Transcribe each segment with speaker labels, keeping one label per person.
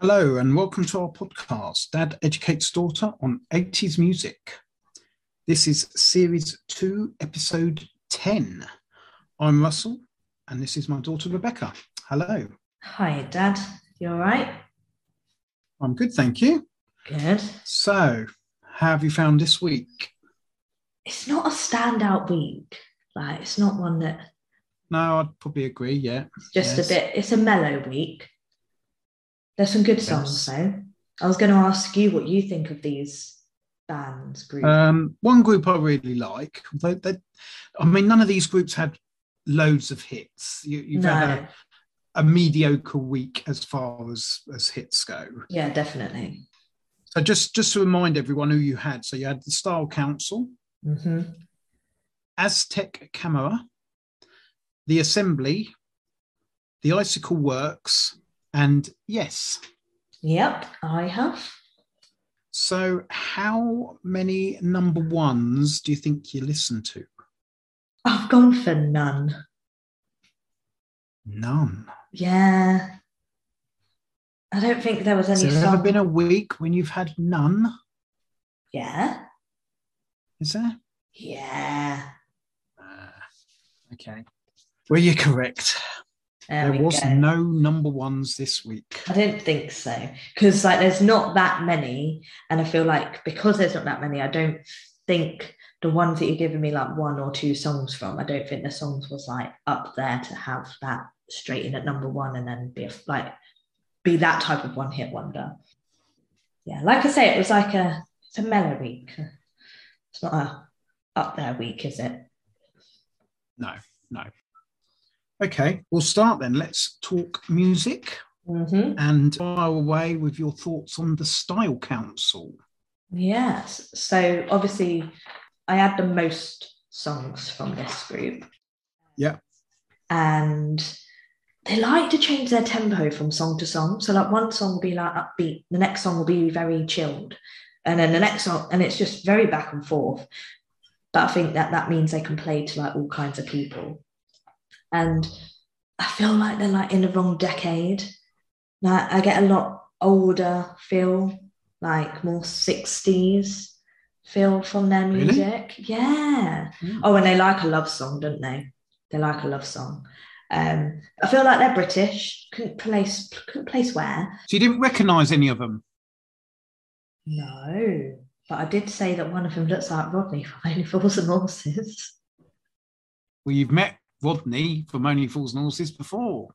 Speaker 1: Hello, and welcome to our podcast, Dad Educates Daughter on 80s Music. This is Series 2, Episode 10. I'm Russell, and this is my daughter Rebecca. Hello.
Speaker 2: Hi, Dad. You all right?
Speaker 1: I'm good, thank you.
Speaker 2: Good.
Speaker 1: So, how have you found this week?
Speaker 2: It's not a standout week. Like, it's not one that
Speaker 1: No, I'd probably agree, yeah.
Speaker 2: it's just
Speaker 1: Yes.
Speaker 2: a bit, it's a mellow week. There's some good songs, though. I was going to ask you what you think of these bands, groups.
Speaker 1: Um, one group I really like, although they, I mean, none of these groups had loads of hits. You, you've had
Speaker 2: no.
Speaker 1: a, a mediocre week as far as, as hits go.
Speaker 2: Yeah, definitely.
Speaker 1: So just just to remind everyone who you had. So you had the Style Council,
Speaker 2: hmm
Speaker 1: Aztec Camera, the Assembly, the Icicle Works, and yes.
Speaker 2: Yep, I have.
Speaker 1: So how many number ones do you think you listened to?
Speaker 2: I've gone for none.
Speaker 1: None.
Speaker 2: Yeah. I don't think there was any
Speaker 1: Has there ever
Speaker 2: song.
Speaker 1: been a week when you've had none?
Speaker 2: Yeah.
Speaker 1: Is there?
Speaker 2: Yeah.
Speaker 1: Ah, okay. Were you correct?
Speaker 2: There,
Speaker 1: There,
Speaker 2: we
Speaker 1: was
Speaker 2: go.
Speaker 1: no number ones this week.
Speaker 2: I don't think so because like there's not that many, and I feel like because there's not that many, I don't think the ones that you're giving me like one or two songs from, I don't think the songs was like up there to have that straight in at number one and then be a, like be that type of one hit wonder. Yeah, like I say, it was like a it's a mellow week. It's not a up there week, is it?
Speaker 1: No, no. Okay, we'll start then. Let's talk music
Speaker 2: Mm-hmm.
Speaker 1: and fire away with your thoughts on the Style Council.
Speaker 2: Yes. So obviously, I had the most songs from this group.
Speaker 1: Yeah.
Speaker 2: And they like to change their tempo from song to song. So, like, one song will be like upbeat, the next song will be very chilled, and then the next song, and it's just very back and forth. But I think that that means they can play to like all kinds of people. And I feel like they're like in the wrong decade. Like, I get a lot older feel like more 60s feel from their
Speaker 1: Really?
Speaker 2: music. Yeah.
Speaker 1: Hmm.
Speaker 2: Oh, and they like a love song, don't they? They like a love song. Um, I feel like they're British. Couldn't place couldn't place where.
Speaker 1: So you didn't recognise any of them?
Speaker 2: No. But I did say that one of them looks like Rodney from Only Fools and Horses.
Speaker 1: Well, you've met Rodney from Only Fools and Horses before.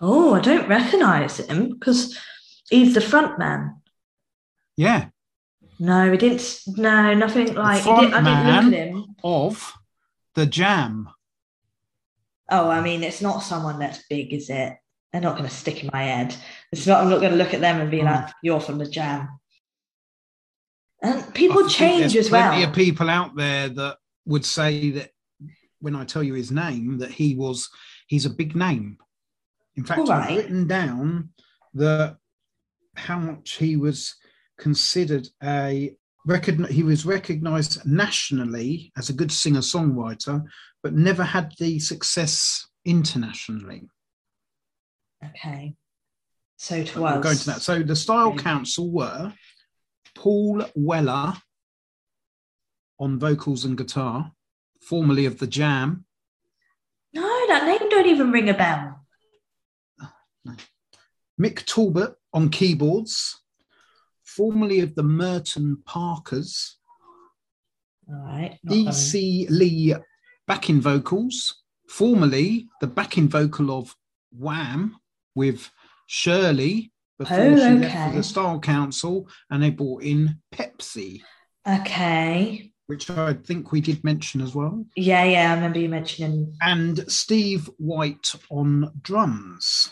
Speaker 2: Oh, I don't recognise him because he's the front man.
Speaker 1: Yeah,
Speaker 2: No, he didn't. s- No, nothing like. he
Speaker 1: front
Speaker 2: didn't- I didn't
Speaker 1: man?
Speaker 2: look at him.
Speaker 1: of the Jam.
Speaker 2: Oh, I mean, it's not someone that's big, is it? They're not going to stick in my head. It's not. I'm not going to look at them and be
Speaker 1: Mm.
Speaker 2: like, "You're from the jam." And
Speaker 1: I
Speaker 2: people
Speaker 1: think
Speaker 2: change
Speaker 1: there's
Speaker 2: as well.
Speaker 1: Plenty of people out there that would say that when I tell you his name, that he was he's a big name. In fact,
Speaker 2: All
Speaker 1: I've
Speaker 2: right.
Speaker 1: written down that how much he was considered a recogn- he was recognized nationally as a good singer songwriter, but never had the success internationally.
Speaker 2: Okay, so it
Speaker 1: We'll go
Speaker 2: was
Speaker 1: into that. So the Style
Speaker 2: Okay.
Speaker 1: Council were Paul Weller on vocals and guitar, formerly of the Jam,
Speaker 2: no, that name don't even ring a bell.
Speaker 1: Mick Talbot on keyboards, formerly of the Merton Parkers,
Speaker 2: All right, not them.
Speaker 1: DC Lee backing vocals, formerly the backing vocal of Wham with Shirley before
Speaker 2: Oh,
Speaker 1: she left for
Speaker 2: okay.
Speaker 1: the Style Council, and they brought in Pepsi,
Speaker 2: Okay,
Speaker 1: which I think we did mention as well.
Speaker 2: yeah, yeah, I remember you mentioning.
Speaker 1: and Steve White on drums.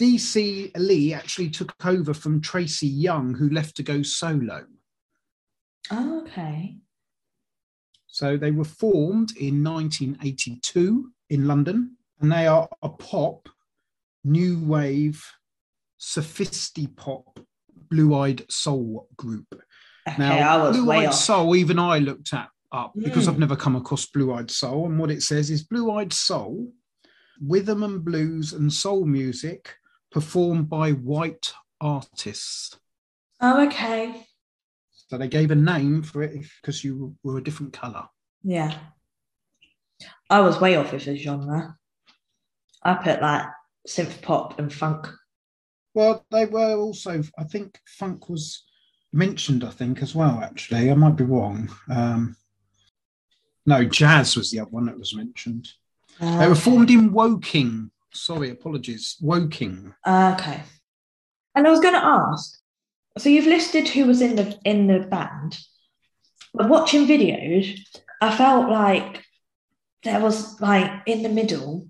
Speaker 1: DC Lee actually took over from Tracy Young, who left to go solo.
Speaker 2: Oh, okay,
Speaker 1: So they were formed in 1982 in London, and they are a pop, new wave, sophisti pop, blue eyed soul group.
Speaker 2: okay,
Speaker 1: Now,
Speaker 2: I was
Speaker 1: Blue
Speaker 2: way
Speaker 1: Eyed
Speaker 2: off.
Speaker 1: Soul, even I looked at up because
Speaker 2: Mm.
Speaker 1: I've never come across Blue Eyed Soul. And what it says is Blue Eyed Soul, rhythm and blues and soul music performed by white artists.
Speaker 2: Oh, okay.
Speaker 1: So they gave a name for it because you were a different colour.
Speaker 2: Yeah. I was way off with the genre. I put like synth pop and funk.
Speaker 1: Well, they were also, I think funk was mentioned, I think, as well, actually. I might be wrong. Um, no, jazz was the other one that was mentioned. They were
Speaker 2: Okay.
Speaker 1: formed in Woking. Sorry, apologies. Woking.
Speaker 2: Okay. And I was going to ask, so you've listed who was in the in the band, but watching videos, I felt like there was like in the middle.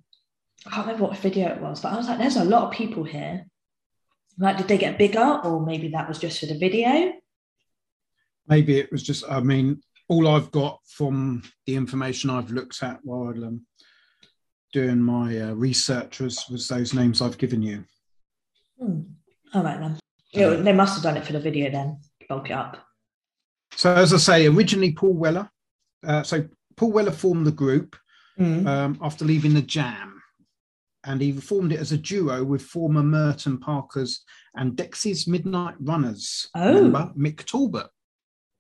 Speaker 2: I can't remember what video it was, but I was like, "There's a lot of people here." Like, did they get bigger, or maybe that was just for the video?
Speaker 1: Maybe it was just, I mean, all I've got from the information I've looked at while um, doing my uh, research was, was those names I've given you.
Speaker 2: Hmm. All right then. Yeah, they must have done it for the video then. Bulk it up.
Speaker 1: So, as I say, originally Paul Weller. Uh, so, Paul Weller formed the group
Speaker 2: Hmm.
Speaker 1: um, after leaving the Jam, and he formed it as a duo with former Merton Parkers and Dexys Midnight Runners
Speaker 2: Oh.
Speaker 1: member Mick Talbot,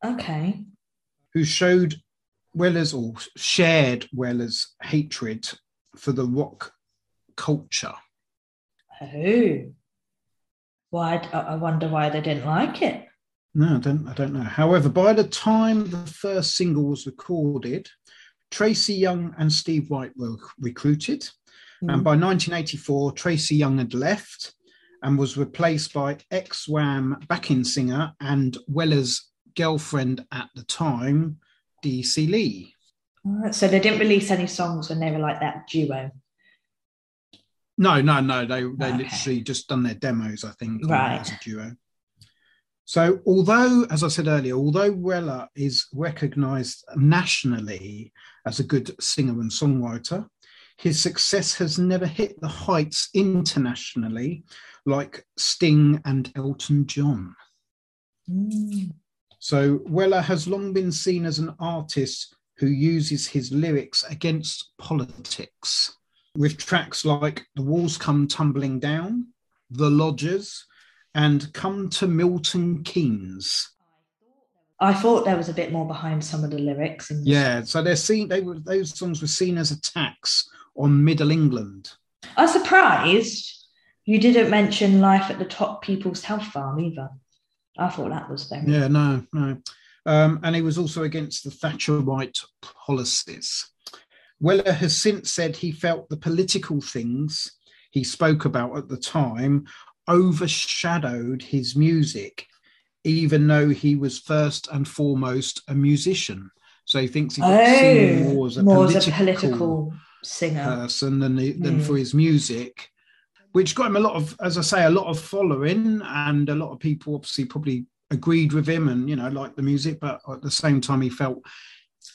Speaker 2: Okay.
Speaker 1: who showed Weller's or shared Weller's hatred for the rock culture.
Speaker 2: Oh. Why? I I wonder why they didn't like it.
Speaker 1: No, I don't, I don't know. However, by the time the first single was recorded, Tracy Young and Steve White were recruited.
Speaker 2: Mm.
Speaker 1: And by 1984, Tracy Young had left and was replaced by ex Wham backing singer and Weller's girlfriend at the time, DC Lee.
Speaker 2: Alright, So they didn't release any songs when they were like that duo.
Speaker 1: No, no, no. They they
Speaker 2: Okay.
Speaker 1: literally just done their demos, I think, on
Speaker 2: Right.
Speaker 1: as a duo. So, although, as I said earlier, although Weller is recognised nationally as a good singer and songwriter, his success has never hit the heights internationally like Sting and Elton John. So Weller has long been seen as an artist who uses his lyrics against politics, with tracks like The Walls Come Tumbling Down, The Lodgers, and Come to Milton Keynes.
Speaker 2: I thought there was a bit more behind some of the lyrics. And
Speaker 1: Yeah, so they're seen they were those songs were seen as attacks on Middle England.
Speaker 2: I'm surprised you didn't mention Life at the Top People's Health Farm either. I thought that was very.
Speaker 1: Yeah, no, no. Um, and he was also against the Thatcherite policies. Weller has since said he felt the political things he spoke about at the time overshadowed his music, even though he was first and foremost a musician. So he thinks he got seen more as a
Speaker 2: Oh, more
Speaker 1: political, uh,
Speaker 2: political singer.
Speaker 1: person than, he, than
Speaker 2: Mm.
Speaker 1: for his music, which got him a lot of, as I say, a lot of following, and a lot of people obviously probably agreed with him and you know liked the music, but at the same time he felt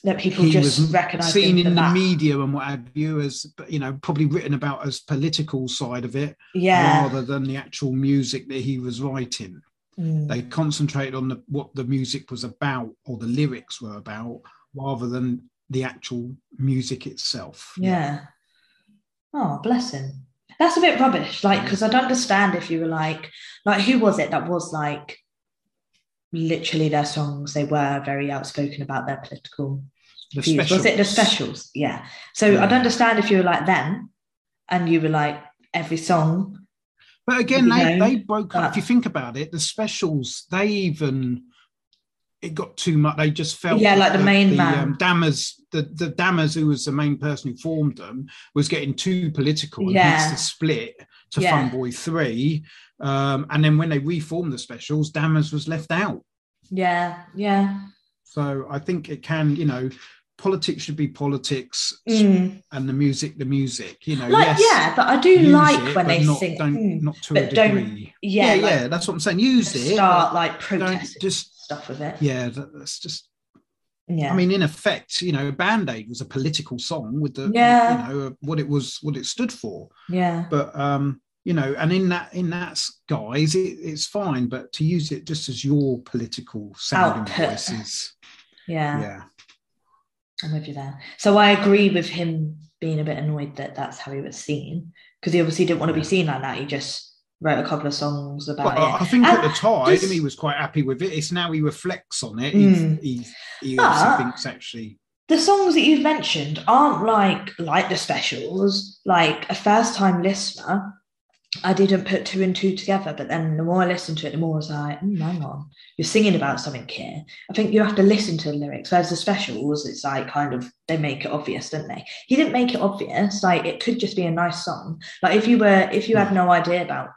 Speaker 2: that people
Speaker 1: he
Speaker 2: just
Speaker 1: was
Speaker 2: recognise.
Speaker 1: seen
Speaker 2: him for
Speaker 1: in the
Speaker 2: that.
Speaker 1: media and what have you as you know probably written about as political side of it
Speaker 2: Yeah.
Speaker 1: rather than the actual music that he was writing.
Speaker 2: Mm.
Speaker 1: They concentrated on the, what the music was about or the lyrics were about rather than the actual music itself.
Speaker 2: Yeah. Oh, bless him. That's a bit rubbish.
Speaker 1: Mm.
Speaker 2: Like, because I'd understand if you were like, like, who was it that was like, literally their songs? They were very outspoken about their political
Speaker 1: The
Speaker 2: views. Was it the
Speaker 1: specials.
Speaker 2: specials? Yeah. So I'd
Speaker 1: Yeah.
Speaker 2: understand if you were like them, and you were like every song.
Speaker 1: But again,
Speaker 2: you
Speaker 1: they,
Speaker 2: know,
Speaker 1: they broke up.
Speaker 2: but-
Speaker 1: If you think about it, the specials, they even it got too much. They just felt
Speaker 2: Yeah, like the
Speaker 1: that
Speaker 2: main
Speaker 1: the,
Speaker 2: man.
Speaker 1: Um, Dammers, the the Dammers, who was the main person who formed them, was getting too political. and
Speaker 2: Yeah.
Speaker 1: hence the split to
Speaker 2: Yeah.
Speaker 1: Fun Boy Three, um, and then when they reformed the specials, Dammers was left out.
Speaker 2: Yeah. Yeah.
Speaker 1: So I think it can, you know, politics should be politics,
Speaker 2: Mm.
Speaker 1: and the music, the music. You know,
Speaker 2: Like,
Speaker 1: Uh, yes,
Speaker 2: yeah, but I do
Speaker 1: use
Speaker 2: like
Speaker 1: it,
Speaker 2: when
Speaker 1: but
Speaker 2: they
Speaker 1: not,
Speaker 2: sing.
Speaker 1: Don't,
Speaker 2: mm.
Speaker 1: not to a
Speaker 2: but don't-
Speaker 1: degree
Speaker 2: Yeah.
Speaker 1: yeah,
Speaker 2: like,
Speaker 1: yeah, that's what I'm saying. Use it.
Speaker 2: start like
Speaker 1: Don't
Speaker 2: protesting
Speaker 1: just
Speaker 2: stuff with it.
Speaker 1: yeah. that- That's just.
Speaker 2: Yeah.
Speaker 1: I mean, in effect, you know, Band Aid was a political song with the
Speaker 2: Yeah.
Speaker 1: you know what it was, what it stood for.
Speaker 2: yeah.
Speaker 1: But um, you know, and in that in that s- guise, it, it's fine. But to use it just as your political sounding
Speaker 2: Output.
Speaker 1: voices,
Speaker 2: Yeah.
Speaker 1: yeah,
Speaker 2: I'm with you there. So I agree with him being a bit annoyed that that's how he was seen because he obviously didn't want to be
Speaker 1: Yeah.
Speaker 2: seen like that. He just wrote a couple of songs about
Speaker 1: But I
Speaker 2: it.
Speaker 1: I think at
Speaker 2: And
Speaker 1: the time
Speaker 2: just-
Speaker 1: he was quite happy with it. It's now he reflects on it.
Speaker 2: Mm.
Speaker 1: He, he, he
Speaker 2: But-
Speaker 1: obviously thinks actually.
Speaker 2: the songs that you've mentioned aren't like like the specials like a first time listener i didn't put two and two together but then the more i listened to it the more i was like mm, hang on you're singing about something here i think you have to listen to the lyrics whereas the specials it's like kind of they make it obvious don't they he didn't make it obvious like it could just be a nice song like if you were if you had no idea about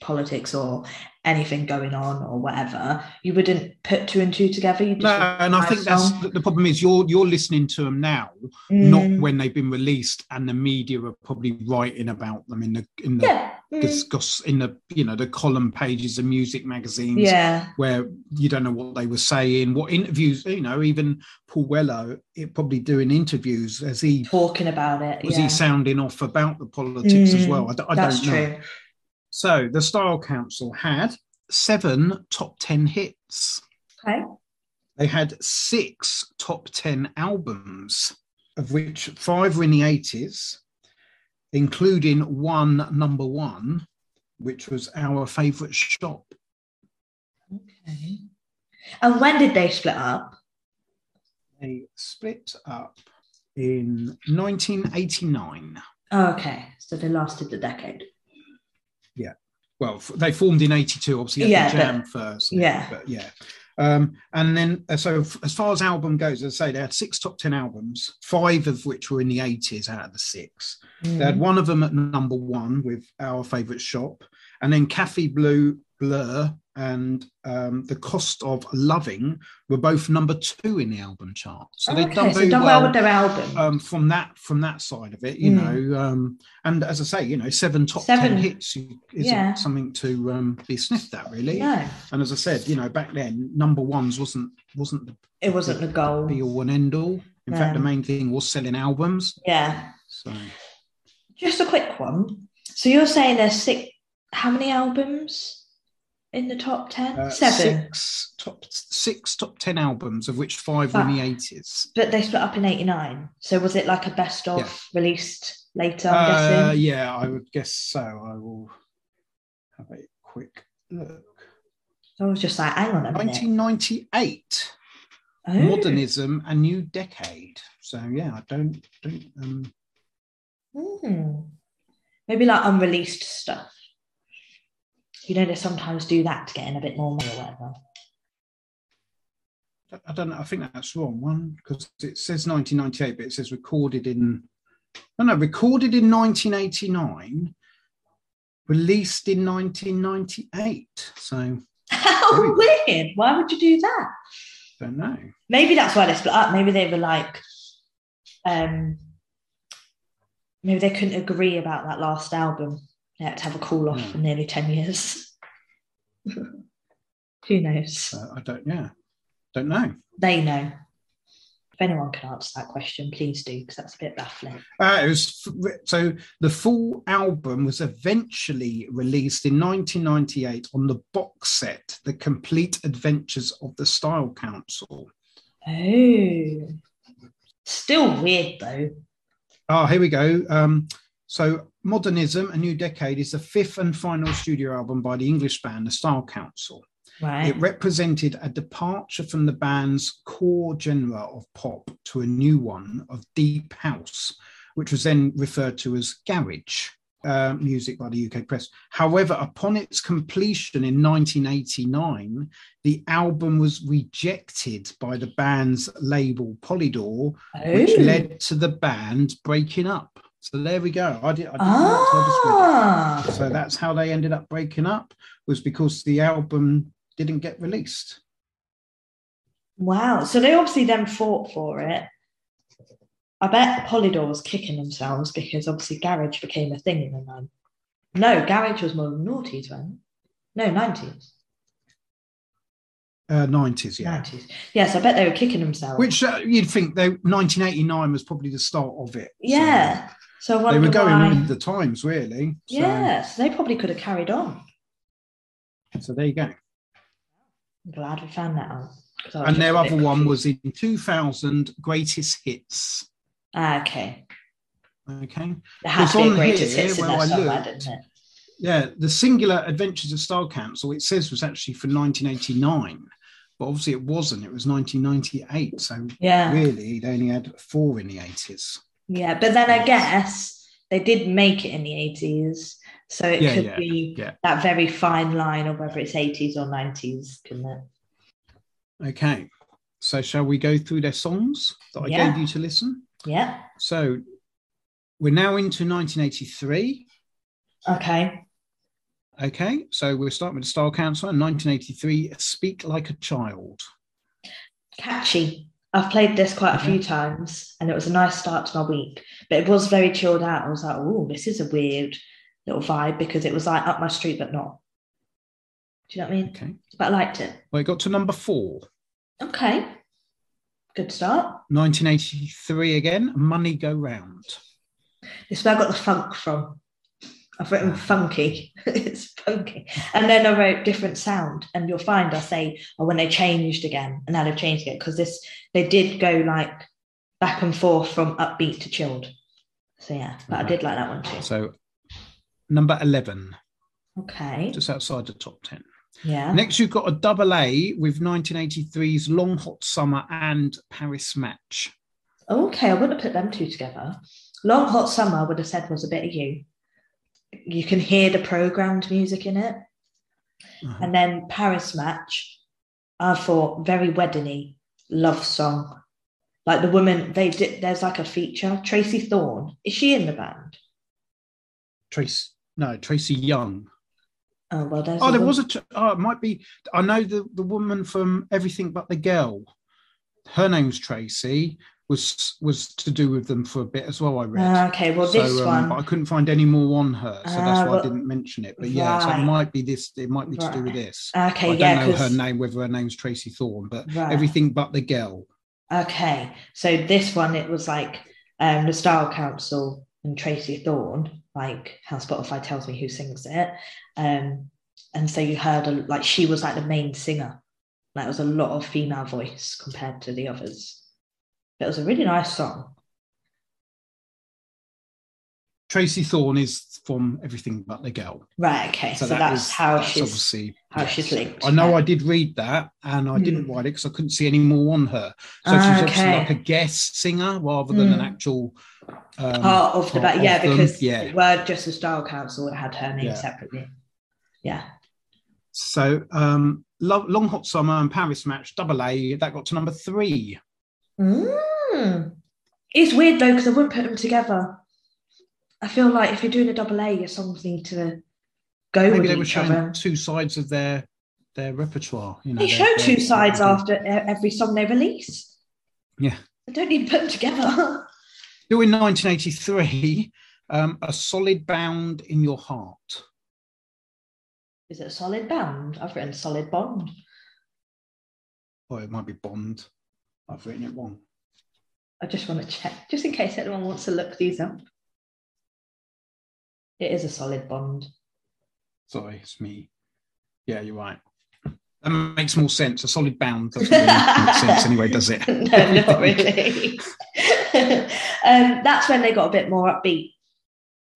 Speaker 2: politics or anything going on or whatever you wouldn't put two and two together you just
Speaker 1: No,
Speaker 2: think,
Speaker 1: and I
Speaker 2: "Nice
Speaker 1: think that's
Speaker 2: song."
Speaker 1: the the problem is you're you're listening to them now,
Speaker 2: Mm.
Speaker 1: not when they've been released, and the media are probably writing about them in the in the
Speaker 2: yeah mm.
Speaker 1: discuss in the you know the column pages of music magazines
Speaker 2: yeah
Speaker 1: where you don't know what they were saying, what interviews, you know, even Paul Wello it probably doing interviews as he
Speaker 2: talking about it
Speaker 1: was
Speaker 2: yeah.
Speaker 1: he sounding off about the politics as
Speaker 2: Mm,
Speaker 1: well. I, d- I
Speaker 2: that's
Speaker 1: don't know.
Speaker 2: true
Speaker 1: So the Style Council had seven top ten hits.
Speaker 2: okay
Speaker 1: They had six top 10 albums, of which five were in the 80s, including one number one, which was Our Favorite Shop.
Speaker 2: okay and when did they split up
Speaker 1: They split up in 1989.
Speaker 2: oh, okay so they lasted the decade
Speaker 1: Well, f- they formed in 82, obviously, at
Speaker 2: Yeah,
Speaker 1: the
Speaker 2: but-
Speaker 1: jam first.
Speaker 2: yeah
Speaker 1: But yeah. Um, and then, uh, so f- as far as album goes, as I say, they had six top 10 albums, five of which were in the 80s out of the six. They had
Speaker 2: Mm.
Speaker 1: one of them at number one with our favourite shop, and then Kathy Blue Blur and um, The Cost of Loving were both number two in the album chart. So they've
Speaker 2: okay,
Speaker 1: done
Speaker 2: so
Speaker 1: very
Speaker 2: done
Speaker 1: well.
Speaker 2: with their album
Speaker 1: um, from that from that side of it, you know, um, and as I say, you know, seven top
Speaker 2: Hmm. Seven.
Speaker 1: ten hits you- is
Speaker 2: Yeah.
Speaker 1: something to um, be sniffed at, really.
Speaker 2: no
Speaker 1: And as I said, you know, back then number ones wasn't wasn't the
Speaker 2: it wasn't the goal
Speaker 1: be all and end all. In fact, the
Speaker 2: No.
Speaker 1: main thing was selling albums.
Speaker 2: yeah
Speaker 1: So
Speaker 2: just a quick one so you're saying there's six how many albums in the top 10
Speaker 1: Uh,
Speaker 2: seven
Speaker 1: Six top six top ten albums, of which five were in the eighties.
Speaker 2: but they split up in 89 so was it like a best of released later i'm
Speaker 1: Uh,
Speaker 2: guessing
Speaker 1: yeah, I would guess so. I will have a quick look.
Speaker 2: i was just like hang on a minute
Speaker 1: Nineteen ninety eight,
Speaker 2: Oh.
Speaker 1: modernism, a new decade. So yeah, I don't don't. Um,
Speaker 2: Hmm. Maybe like unreleased stuff. You know, they sometimes do that to get in a bit more money or whatever.
Speaker 1: I don't know. I think that's wrong one because it says 1998, but it says recorded in no, no, recorded in 1989, released in 1998. So
Speaker 2: How
Speaker 1: Very
Speaker 2: weird. Why would you do that?
Speaker 1: don't know.
Speaker 2: Maybe that's why they split up. Maybe they were like, um, maybe they couldn't agree about that last album. They had to have a call off
Speaker 1: Hmm.
Speaker 2: for nearly 10 years. Who knows?
Speaker 1: Uh, I don't, yeah, don't know.
Speaker 2: They know. If anyone can answer that question, please do, because that's a bit baffling.
Speaker 1: Uh, it was so the full album was eventually released in 1998 on the box set, The Complete Adventures of the Style Council.
Speaker 2: Oh. Still weird though.
Speaker 1: Oh, here we go. Um, so, Modernism, A New Decade is the fifth and final studio album by the English band, The Style Council.
Speaker 2: Right.
Speaker 1: It represented a departure from the band's core genre of pop to a new one of deep house, which was then referred to as garage uh, music by the UK press. However, upon its completion in 1989, the album was rejected by the band's label Polydor, which
Speaker 2: Oh.
Speaker 1: led to the band breaking up. So there we go. I did. I didn't know that, so I just read it.
Speaker 2: Ah.
Speaker 1: So that's how they ended up breaking up was because the album didn't get released.
Speaker 2: Wow. So they obviously then fought for it. I bet Polydor was kicking themselves because obviously garage became a thing in the nine. No, garage was more noughties, wasn't it? No, nineties.
Speaker 1: Uh, 90s, yeah.
Speaker 2: Nineties. Yes, I bet they were kicking themselves.
Speaker 1: Which uh, you'd think they 1989 was probably the start of it. So
Speaker 2: yeah. So, I
Speaker 1: they
Speaker 2: wonder
Speaker 1: were going
Speaker 2: why.
Speaker 1: with the times, really. So,
Speaker 2: yeah, so they probably could have carried on.
Speaker 1: So there you go.
Speaker 2: I'm glad we found that out. 'cause I
Speaker 1: And
Speaker 2: was just
Speaker 1: their
Speaker 2: a bit
Speaker 1: other one
Speaker 2: confused.
Speaker 1: was in 2000, Greatest Hits.
Speaker 2: Ah, okay.
Speaker 1: Okay.
Speaker 2: There had
Speaker 1: It's
Speaker 2: to be a
Speaker 1: on
Speaker 2: greatest
Speaker 1: here
Speaker 2: hits in
Speaker 1: where
Speaker 2: there
Speaker 1: I
Speaker 2: somewhere,
Speaker 1: looked.
Speaker 2: didn't it?
Speaker 1: Yeah, the Singular Adventures of Style Council, it says was actually from 1989, but obviously it wasn't. It was 1998. So
Speaker 2: Yeah.
Speaker 1: really, they only had four in the 80s.
Speaker 2: Yeah, but then I guess they did make it in the 80s. So it
Speaker 1: Yeah,
Speaker 2: could
Speaker 1: yeah,
Speaker 2: be
Speaker 1: yeah.
Speaker 2: that very fine line of whether it's 80s or 90s, couldn't it?
Speaker 1: Okay. So shall we go through their songs that I
Speaker 2: Yeah.
Speaker 1: gave you to listen?
Speaker 2: Yeah.
Speaker 1: So we're now into 1983.
Speaker 2: Okay.
Speaker 1: Okay. So we'll start with Style Council in 1983, Speak Like a Child.
Speaker 2: Catchy. I've played this quite a
Speaker 1: Mm-hmm.
Speaker 2: few times and it was a nice start to my week, but it was very chilled out. I was like, oh, this is a weird little vibe because it was like up my street, but not. Do you know what I mean?
Speaker 1: Okay.
Speaker 2: But I liked it.
Speaker 1: Well, it got to number four.
Speaker 2: Okay. Good start.
Speaker 1: 1983 again, Money Go Round.
Speaker 2: It's where I got the funk from. I've written funky. it's funky. And then I wrote different sound. And you'll find I say, oh, when they changed again, and now they've changed it because this they did go like back and forth from upbeat to chilled. So yeah, but I did like that one too.
Speaker 1: So number 11,
Speaker 2: Okay.
Speaker 1: just outside the top 10.
Speaker 2: Yeah.
Speaker 1: Next, you've got a double A with 1983's Long Hot Summer and Paris Match.
Speaker 2: Okay, I wouldn't have put them two together. Long Hot Summer I would have said was a bit of you. You can hear the programmed music in it.
Speaker 1: Uh-huh.
Speaker 2: And then Paris match, I thought very weddingy love song. Like the woman, they did. There's like a feature. Tracy Thorn is she in the band?
Speaker 1: Trace, no, Tracy Young.
Speaker 2: Oh well, there's.
Speaker 1: Oh, there was
Speaker 2: woman-
Speaker 1: a. Tr- oh, it might be. I know the the woman from Everything But the Girl. Her name's Tracy. Was was to do with them for a bit as well. I read.
Speaker 2: Ah, okay, well this
Speaker 1: so, um,
Speaker 2: one.
Speaker 1: but I couldn't find any more on her, so that's
Speaker 2: Ah,
Speaker 1: why I
Speaker 2: well-
Speaker 1: didn't mention it. But yeah, so it
Speaker 2: Right.
Speaker 1: might be this. It might be to do with
Speaker 2: Right.
Speaker 1: this.
Speaker 2: Ah, okay,
Speaker 1: I
Speaker 2: yeah,
Speaker 1: don't know her
Speaker 2: 'cause-
Speaker 1: name, whether her name's Tracy Thorn, but
Speaker 2: Right.
Speaker 1: Everything But the Girl.
Speaker 2: Okay, so this one it was like um, the Style Council and Tracy Thorn, like how Spotify tells me who sings it, um, and so you heard a, like she was like the main singer. Like it was a lot of female voice compared to the others. But it was a really nice song.
Speaker 1: Tracy Thorn is from Everything But the Girl.
Speaker 2: Right. Okay. So,
Speaker 1: that
Speaker 2: that's
Speaker 1: is-
Speaker 2: how
Speaker 1: that's
Speaker 2: she's.
Speaker 1: obviously
Speaker 2: how she's linked.
Speaker 1: I know I did read that, and I didn't
Speaker 2: Hmm.
Speaker 1: write it because I couldn't see any more on her. So
Speaker 2: Ah,
Speaker 1: she's obviously
Speaker 2: okay.
Speaker 1: like a guest singer rather than an
Speaker 2: Hmm. Oh.
Speaker 1: actual um,
Speaker 2: Part of the
Speaker 1: part
Speaker 2: back, yeah,
Speaker 1: of them,
Speaker 2: because
Speaker 1: yeah.
Speaker 2: it were just the Style Council that had her name
Speaker 1: Yeah.
Speaker 2: separately. Yeah.
Speaker 1: So um, Lo- Long Hot Summer and Paris Match Double A that got to number three.
Speaker 2: Mm. It's weird though because I wouldn't put them together. I feel like if you're doing a double A, your songs need to go
Speaker 1: Maybe
Speaker 2: with
Speaker 1: they were
Speaker 2: each
Speaker 1: showing
Speaker 2: other.
Speaker 1: two sides of their their repertoire. You know,
Speaker 2: They
Speaker 1: their-
Speaker 2: show
Speaker 1: their-
Speaker 2: two sides
Speaker 1: their-
Speaker 2: after e- every song they release.
Speaker 1: Yeah.
Speaker 2: I don't need to put them together.
Speaker 1: Still in 1983, um, a solid bound in your heart.
Speaker 2: Is it a solid bound? I've written solid bond.
Speaker 1: Or Oh, it might be Bond. I've written it wrong.
Speaker 2: I just want to check, just in case anyone wants to look these up. It is a solid bond.
Speaker 1: Sorry, it's me. Yeah, you're right. That makes more sense. A solid bound doesn't really make sense anyway, does it?
Speaker 2: no, not really. um, that's when they got a bit more upbeat.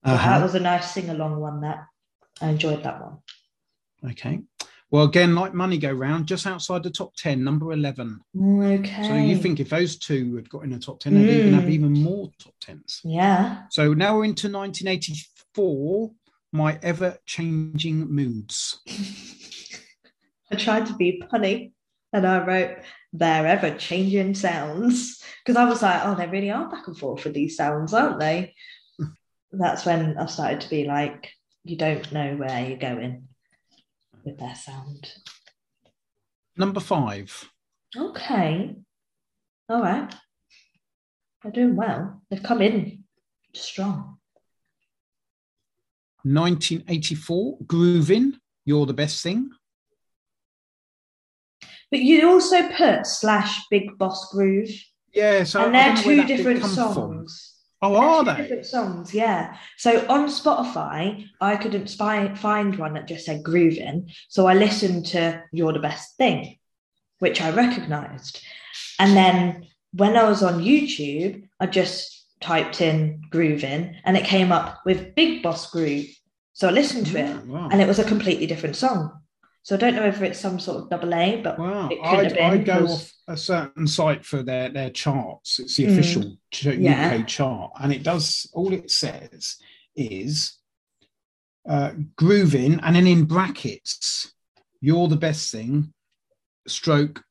Speaker 2: That
Speaker 1: Uh-huh.
Speaker 2: was a nice sing along one. That I enjoyed that one.
Speaker 1: Okay. Well, again, like Money Go Round, just outside the top 10, number 11.
Speaker 2: Okay.
Speaker 1: So you think if those two had got in the top 10, they'd even
Speaker 2: Mm.
Speaker 1: have even more top 10s.
Speaker 2: Yeah.
Speaker 1: So now we're into 1984, My Ever Changing Moods.
Speaker 2: I tried to be punny, and I wrote "They're ever changing sounds" because I was like, "Oh, they really are back and forth with these sounds, aren't they?" That's when I started to be like, "You don't know where you're going with their sound."
Speaker 1: Number five.
Speaker 2: Okay. All right. They're doing well. They've come in strong.
Speaker 1: 1984, Groovin, You're the Best Thing.
Speaker 2: But you also put slash big boss groove,
Speaker 1: Yeah, so
Speaker 2: and
Speaker 1: I
Speaker 2: they're
Speaker 1: don't know where
Speaker 2: two
Speaker 1: that did
Speaker 2: different
Speaker 1: come from.
Speaker 2: songs.
Speaker 1: Oh,
Speaker 2: They're
Speaker 1: are
Speaker 2: two
Speaker 1: they?
Speaker 2: Different songs, yeah. So on Spotify, I couldn't spy, find one that just said grooving, so I listened to "You're the Best Thing," which I recognised, and then when I was on YouTube, I just typed in grooving, and it came up with Big Boss Groove. So I listened to it,
Speaker 1: Wow.
Speaker 2: and it was a completely different song. So I don't know if it's some sort of double A, but
Speaker 1: Wow,
Speaker 2: it could have
Speaker 1: I,
Speaker 2: been
Speaker 1: I go
Speaker 2: 'cause-
Speaker 1: off a certain site for their, their charts. It's the
Speaker 2: Mm.
Speaker 1: official ch-
Speaker 2: Yeah.
Speaker 1: UK chart, and it does all it says is uh, grooving, and then in brackets, you're the best thing. Stroke,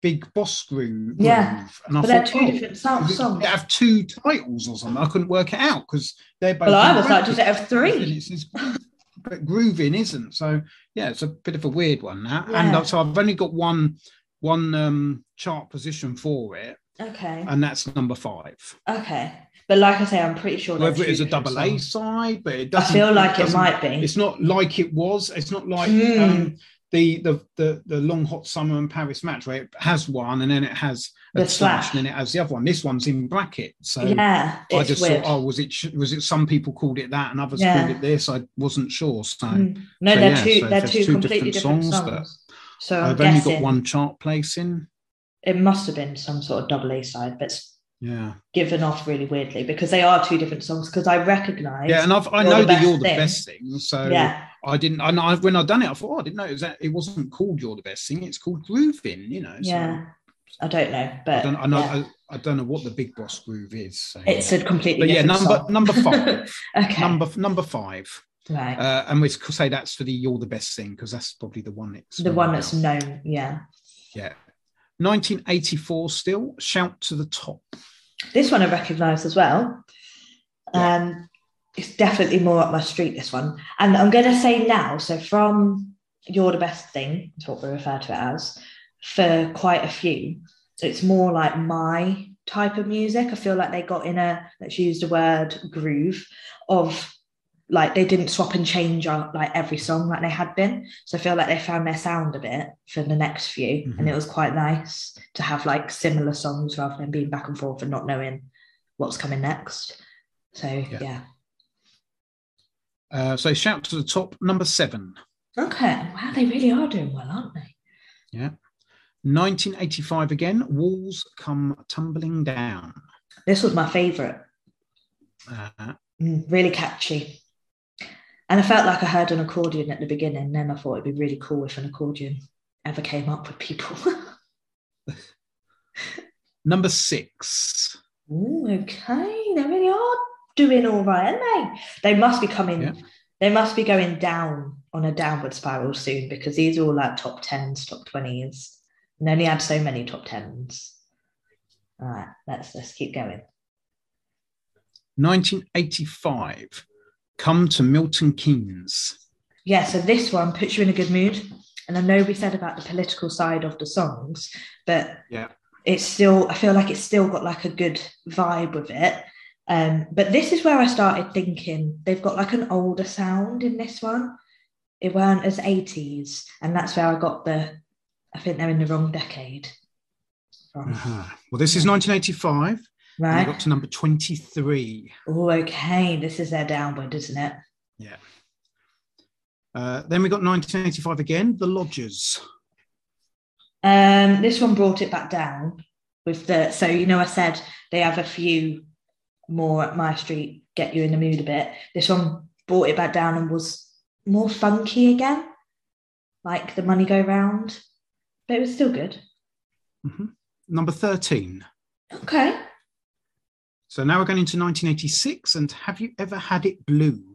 Speaker 1: big boss groove.
Speaker 2: Yeah.
Speaker 1: groove. and I
Speaker 2: but they're
Speaker 1: thought,
Speaker 2: two
Speaker 1: oh,
Speaker 2: different so-
Speaker 1: is it-
Speaker 2: songs.
Speaker 1: They have two titles or something. I couldn't work it out because they're both.
Speaker 2: Well, I
Speaker 1: in
Speaker 2: was like, does
Speaker 1: brackets.
Speaker 2: it have
Speaker 1: And
Speaker 2: three?
Speaker 1: it's this- but grooving isn't. So yeah, it's a bit of a weird one now. And
Speaker 2: Yeah.
Speaker 1: I've- so I've only got one one um chart position for it,
Speaker 2: Okay,
Speaker 1: and that's number five.
Speaker 2: okay. But like I say, I'm pretty sure. they're
Speaker 1: Uh, Whether it
Speaker 2: two
Speaker 1: is a
Speaker 2: different
Speaker 1: double A
Speaker 2: songs.
Speaker 1: side, but it
Speaker 2: I
Speaker 1: doesn't
Speaker 2: feel like it
Speaker 1: doesn't-
Speaker 2: might be.
Speaker 1: It's not like it was. It's not like
Speaker 2: Hmm.
Speaker 1: um, the, the the the long hot summer and Paris match where it has one and then it has a
Speaker 2: The
Speaker 1: slash,
Speaker 2: slash.
Speaker 1: and then it has the other one. This one's in bracket. So
Speaker 2: yeah,
Speaker 1: I
Speaker 2: it's
Speaker 1: just
Speaker 2: weird.
Speaker 1: thought, oh, was it sh- was it some people called it that and others
Speaker 2: Yeah.
Speaker 1: called it this? I wasn't sure. So
Speaker 2: Mm. No,
Speaker 1: oh, So,
Speaker 2: they're
Speaker 1: yeah, so
Speaker 2: two. they're
Speaker 1: there's
Speaker 2: two
Speaker 1: two
Speaker 2: completely
Speaker 1: different
Speaker 2: different,
Speaker 1: songs, but
Speaker 2: songs. So I'm
Speaker 1: I've only
Speaker 2: guessing
Speaker 1: got one chart placing.
Speaker 2: it must have been some sort of double A side, but it's
Speaker 1: Yeah,
Speaker 2: given off really weirdly because they are two different songs. Because I recognise.
Speaker 1: yeah, and I've, I
Speaker 2: You're
Speaker 1: know
Speaker 2: the
Speaker 1: that you're
Speaker 2: best
Speaker 1: the
Speaker 2: thing.
Speaker 1: best thing. So
Speaker 2: yeah,
Speaker 1: I didn't. And I, when I done it, I thought oh, I didn't know it was that. It wasn't called "You're the Best Thing." It's called "Grooving." You know. So
Speaker 2: yeah. I don't know, but
Speaker 1: I don't. I, know,
Speaker 2: yeah.
Speaker 1: I, I don't know what the big boss groove is. So.
Speaker 2: it's a completely
Speaker 1: but yeah,
Speaker 2: different
Speaker 1: number
Speaker 2: song.
Speaker 1: number five,
Speaker 2: okay,
Speaker 1: number number five,
Speaker 2: right,
Speaker 1: uh, and we could say that's for the "You're the Best Thing" because that's probably the one that's
Speaker 2: the one that's known. Yeah,
Speaker 1: yeah. 1984 still shout to the top
Speaker 2: this one I recognise as well.
Speaker 1: Yeah.
Speaker 2: Um, it's definitely more up my street. This one, and I'm going to say now. So from "You're the Best Thing" is what we refer to it as for quite a few. It's more like my type of music. I feel like they got in a let's use the word groove of like they didn't swap and change on like every song like they had been. So I feel like they found their sound a bit for the next few, and it was quite nice to have like similar songs rather than being back and forth and not knowing what's coming next. So yeah,
Speaker 1: uh, so shout to the top number seven
Speaker 2: okay. Wow, they really are doing well, aren't they?
Speaker 1: 1985 again, walls come tumbling down.
Speaker 2: This was my favorite.
Speaker 1: Uh,
Speaker 2: Mm, really catchy. And I felt like I heard an accordion at the beginning. Then I thought it'd be really cool if an accordion ever came up with people.
Speaker 1: number six.
Speaker 2: Ooh, okay, they really are doing all right, aren't they? They must be coming.
Speaker 1: Yeah.
Speaker 2: They must be going down on a downward spiral soon because these are all like top tens, top twenties, and they only had so many top tens. All right, let's let's keep going.
Speaker 1: 1985, come to Milton Keynes.
Speaker 2: yeah, so this one puts you in a good mood. And I know we said about the political side of the songs, but
Speaker 1: Yeah.
Speaker 2: it's still I feel like it's still got like a good vibe with it. Um, but this is where I started thinking they've got like an older sound in this one. It weren't as 80s, and that's where I got the I think they're in the wrong decade from.
Speaker 1: Uh-huh. Well, this is 1985. and I
Speaker 2: Right.
Speaker 1: got to number 23.
Speaker 2: Oh, okay. This is their downward, isn't it?
Speaker 1: Uh, then we got 1985 again, The Lodgers.
Speaker 2: Um, this one brought it back down with the so you know I said they have a few more at my street get you in the mood a bit. This one brought it back down and was more funky again, like the money go round, but it was still good.
Speaker 1: Mhm. Number 13.
Speaker 2: Okay,
Speaker 1: So now we're going into 1986 and Have You Ever Had It Blue?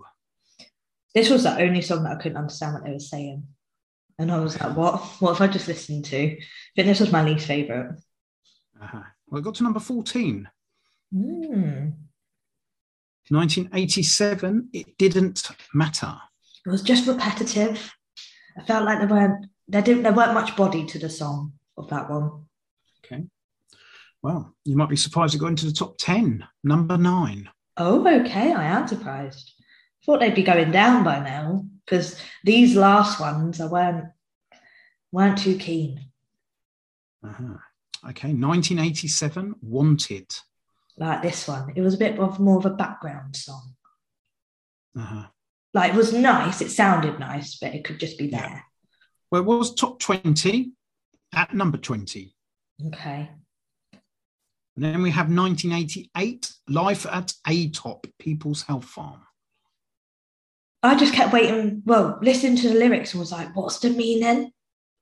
Speaker 2: this was the only song that I couldn't understand what they were saying, and I was like, what? What have I just listened to? I think this was my least favorite.
Speaker 1: Uh-huh. Well, I got to number 14.
Speaker 2: Mm.
Speaker 1: 1987, It Didn't Matter.
Speaker 2: It was just repetitive. I felt like there weren't there didn't there weren't much body to the song of that one.
Speaker 1: Well, you might be surprised it got into the top 10, number nine.
Speaker 2: Oh, okay. I am surprised. Thought they'd be going down by now because these last ones I weren't weren't too keen.
Speaker 1: Uh-huh. Okay, 1987, Wanted.
Speaker 2: Like this one, it was a bit of more of a background song.
Speaker 1: Uh-huh.
Speaker 2: Like it was nice. It sounded nice, but it could just be
Speaker 1: Yeah.
Speaker 2: there.
Speaker 1: Well, it was top 20 at number 20.
Speaker 2: Okay.
Speaker 1: And then we have 1988, Life at A Top, People's Health Farm.
Speaker 2: I just kept waiting, well, listening to the lyrics and was like, what's the meaning?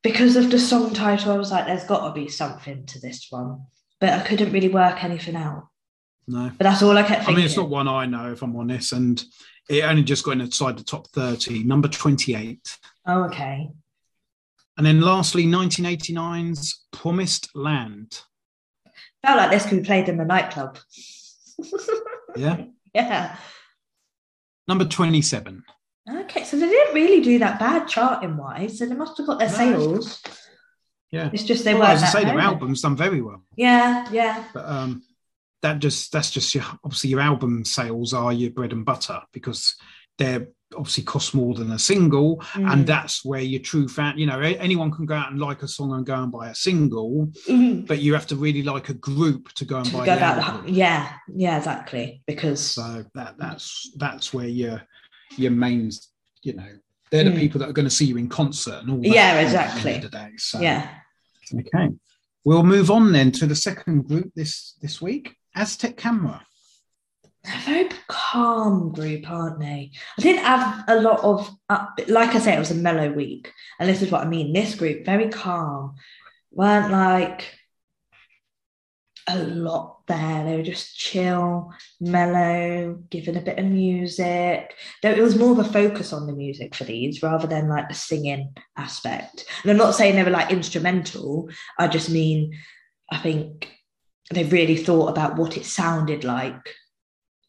Speaker 2: Because of the song title, I was like, there's got to be something to this one. But I couldn't really work anything out.
Speaker 1: No.
Speaker 2: But that's all I kept
Speaker 1: I
Speaker 2: thinking.
Speaker 1: mean, it's not one I know, if I'm honest, and it only just got inside the top 30, number 28.
Speaker 2: oh, okay.
Speaker 1: And then lastly, 1989's Promised Land.
Speaker 2: Felt like this could be played in the nightclub.
Speaker 1: Yeah.
Speaker 2: yeah.
Speaker 1: Number 27.
Speaker 2: Okay, so they didn't really do that bad charting wise. So they must have got their
Speaker 1: No.
Speaker 2: sales.
Speaker 1: Yeah.
Speaker 2: It's just they
Speaker 1: well, as
Speaker 2: weren't.
Speaker 1: I
Speaker 2: that
Speaker 1: say, their
Speaker 2: known.
Speaker 1: album's done very well.
Speaker 2: Yeah, yeah.
Speaker 1: But um, that just that's just your, obviously your album sales are your bread and butter because they're obviously cost more than a single,
Speaker 2: Mm.
Speaker 1: and uh, that's where your true fan. You know, a- anyone can go out and like a song and go and buy a single,
Speaker 2: Mm.
Speaker 1: but you have to really like a group to go and
Speaker 2: To
Speaker 1: buy
Speaker 2: go
Speaker 1: um, the
Speaker 2: about the
Speaker 1: album.
Speaker 2: hu- yeah, yeah, exactly. Because
Speaker 1: So that that's that's where your your mains, you know, they're the
Speaker 2: Mm.
Speaker 1: people that are going to see you in concert and all. That
Speaker 2: Yeah,
Speaker 1: kind of thing at the end
Speaker 2: exactly.
Speaker 1: of the day. So
Speaker 2: yeah,
Speaker 1: okay, we'll move on then to the second group this this week, Aztec Camera.
Speaker 2: They're a very calm group, aren't they? I didn't have a lot of, up, like I say, it was a mellow week. And this is what I mean. This group, very calm, weren't like a lot there. They were just chill, mellow, giving a bit of music. Though it was more of a focus on the music for these rather than like the singing aspect. And I'm not saying they were like instrumental, I just mean, I think they really thought about what it sounded like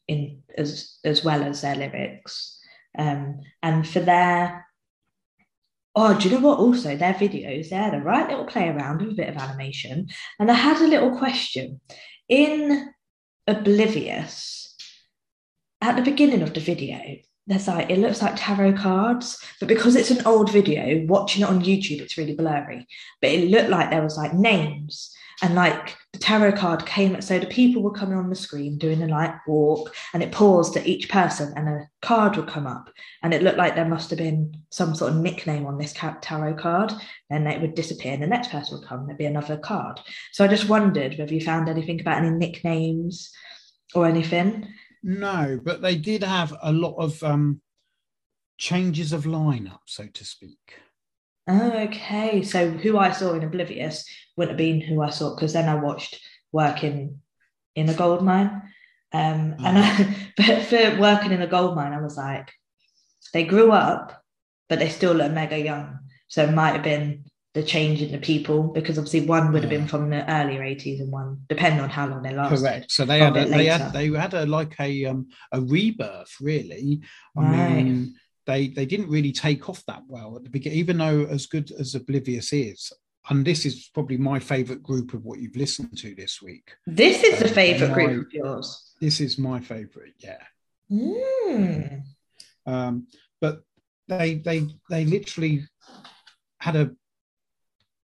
Speaker 2: in as as well as their lyrics. Um, and for their oh, do you know what? Also, their videos, they had a right little play around with a bit of animation. And I had a little question. In Oblivious, at the beginning of the video, there's like it looks like tarot cards, but because it's an old video, watching it on YouTube, it's really blurry. But it looked like there was like names and like the tarot card came so the people were coming on the screen doing a light walk and it paused at each person and a card would come up and it looked like there must have been some sort of nickname on this ca- tarot card then it would disappear and the next person would come there'd be another card so i just wondered whether you found anything about any nicknames or anything
Speaker 1: No, but they did have a lot of um, changes of lineup, so to speak.
Speaker 2: oh, okay so who i saw in oblivious wouldn't have been who i saw because then i watched working in a gold mine um and
Speaker 1: Mm.
Speaker 2: i but for working in a gold mine i was like they grew up but they still look mega young so it might have been the change in the people because obviously one would have
Speaker 1: Mm.
Speaker 2: been from the earlier 80s and one depending on how long they lasted
Speaker 1: Correct. So they
Speaker 2: a
Speaker 1: had a,
Speaker 2: bit
Speaker 1: they
Speaker 2: Ah, later.
Speaker 1: had they had a like a um, a rebirth really. I
Speaker 2: Right.
Speaker 1: mean, they they didn't really take off that well at the beginning, even though as good as Oblivious is. And this is probably my favorite group of what you've listened to this week.
Speaker 2: this is the
Speaker 1: Um,
Speaker 2: favorite
Speaker 1: mine-
Speaker 2: group of yours
Speaker 1: This is my favorite, yeah.
Speaker 2: Mm.
Speaker 1: um, but they they they literally had a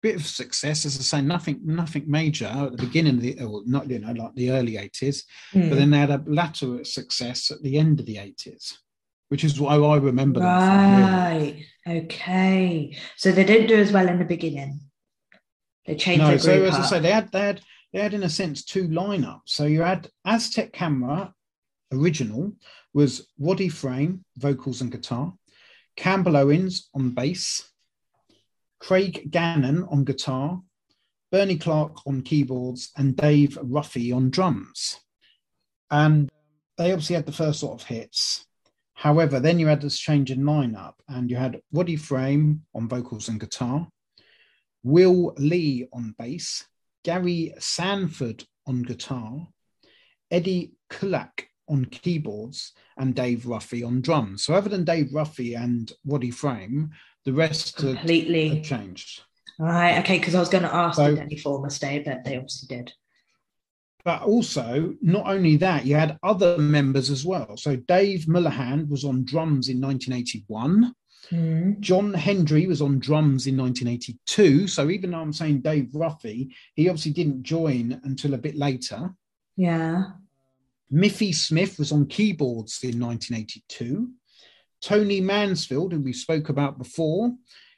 Speaker 1: bit of success as i say nothing nothing major at the beginning of the or not you know like the early 80s
Speaker 2: Mm.
Speaker 1: but then they had a latter success at the end of the 80s which is why i remember them from, really.
Speaker 2: Right. Okay. So they didn't do as well in the beginning. They changed
Speaker 1: no
Speaker 2: their
Speaker 1: so
Speaker 2: group
Speaker 1: as i
Speaker 2: up.
Speaker 1: say they had they had they had in a sense two lineups so you had aztec camera original was waddy frame vocals and guitar campbell owens on bass craig gannon on guitar bernie clark on keyboards and dave ruffey on drums and they obviously had the first sort of hits however then you had this change in lineup and you had waddy frame on vocals and guitar Will Lee on bass, Gary Sanford on guitar, Eddie Kulak on keyboards, and Dave Ruffey on drums. So, other than Dave Ruffey and Waddy Frame, the rest had, had
Speaker 2: Completely.
Speaker 1: changed.
Speaker 2: Right. Okay. Because I was going to ask
Speaker 1: So-
Speaker 2: did any former stay, but they obviously did.
Speaker 1: But also, not only that, you had other members as well. So, Dave Mullahan was on drums in 1981.
Speaker 2: Mm.
Speaker 1: John Hendry was on drums in 1982. So, even though I'm saying Dave Ruffey, he obviously didn't join until a bit later.
Speaker 2: Yeah.
Speaker 1: Miffy Smith was on keyboards in 1982. Tony Mansfield, who we spoke about before,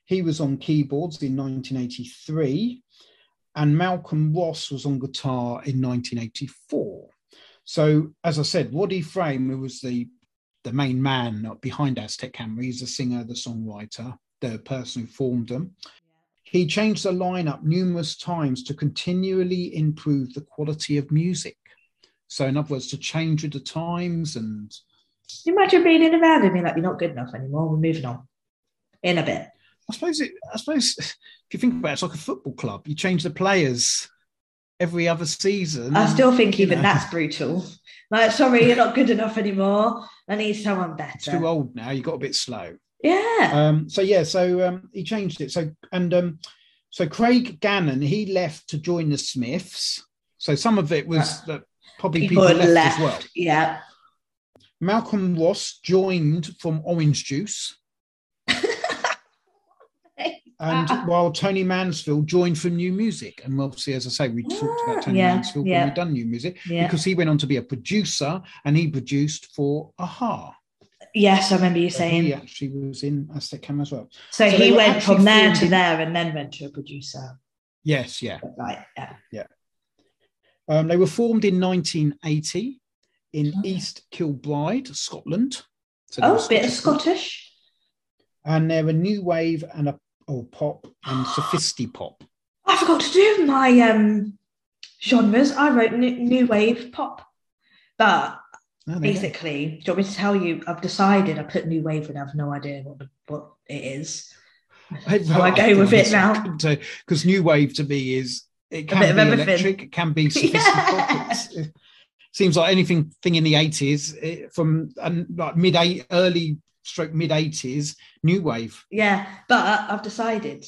Speaker 1: he was on keyboards in 1983. And Malcolm Ross was on guitar in 1984. So, as I said, Waddy Frame, who was the the main man behind Aztec Camera. He's the singer, the songwriter, the person who formed them. He changed the lineup numerous times to continually improve the quality of music. So, in other words, to change with the times and
Speaker 2: Imagine being in a band and being like, you're not good enough anymore. We're moving on in a bit.
Speaker 1: I suppose it, I suppose if you think about it, it's like a football club. You change the players every other season.
Speaker 2: I still think
Speaker 1: Hmm. You
Speaker 2: even
Speaker 1: know.
Speaker 2: that's brutal. Like, sorry, you're not good enough anymore. I need someone
Speaker 1: It's
Speaker 2: better.
Speaker 1: too old now. You got a bit slow.
Speaker 2: Yeah.
Speaker 1: Um, so yeah, so um, he changed it. So and um, so Craig Gannon he left to join the Smiths. So some of it was that probably people,
Speaker 2: had
Speaker 1: left, as well.
Speaker 2: Yeah.
Speaker 1: Malcolm Ross joined from Orange Juice, and
Speaker 2: Ah.
Speaker 1: while Tony Mansfield joined from New Music. And obviously, as I say, we talked
Speaker 2: Ah,
Speaker 1: about Tony
Speaker 2: yeah,
Speaker 1: Mansfield
Speaker 2: yeah.
Speaker 1: when we done New Music
Speaker 2: yeah.
Speaker 1: because he went on to be a producer and he produced for Aha.
Speaker 2: Yes, I remember you
Speaker 1: So
Speaker 2: saying.
Speaker 1: he actually was in Aztec Cam as well.
Speaker 2: So,
Speaker 1: So they
Speaker 2: he
Speaker 1: were
Speaker 2: went from
Speaker 1: actually
Speaker 2: there to
Speaker 1: filming-
Speaker 2: there and then went to a producer.
Speaker 1: Yes, yeah.
Speaker 2: But like, yeah.
Speaker 1: Um, they were formed in 1980 in
Speaker 2: Okay.
Speaker 1: East Kilbride, Scotland. So they were
Speaker 2: Oh, a bit of
Speaker 1: Scottish.
Speaker 2: Scottish.
Speaker 1: And they're a new wave and a or pop and sophisti pop.
Speaker 2: I forgot to do my um genres. I wrote new, new wave pop. But
Speaker 1: Oh, there you go.
Speaker 2: basically, do you want me to tell you? I've decided I put new wave and I have no idea what the, what it is. Well, I go with it now.
Speaker 1: Because new wave to me is it can
Speaker 2: bit of
Speaker 1: be
Speaker 2: everything.
Speaker 1: electric, it can be sophisti pop. It's- it seems like anything thing in the 80s eh, from um, like mid eight early stroke mid 80s new wave.
Speaker 2: Yeah, but I've decided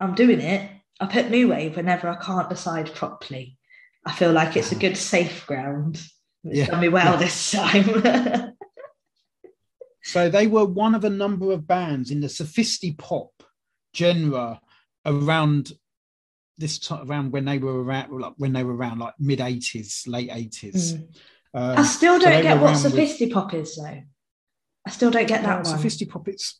Speaker 2: I'm doing it. I put new wave whenever I can't decide properly. I feel like it's a good safe ground. It's
Speaker 1: Yeah.
Speaker 2: done me well this time.
Speaker 1: So they were one of a number of bands in the sophisti pop genre around this time around when they were around like when they were around like mid 80s, late 80s.
Speaker 2: Mm. I
Speaker 1: Um,
Speaker 2: still
Speaker 1: so
Speaker 2: don't
Speaker 1: they
Speaker 2: get
Speaker 1: were
Speaker 2: what
Speaker 1: around with-
Speaker 2: sophisti pop is though. I still don't get that
Speaker 1: well,
Speaker 2: one.
Speaker 1: sophisti pop it's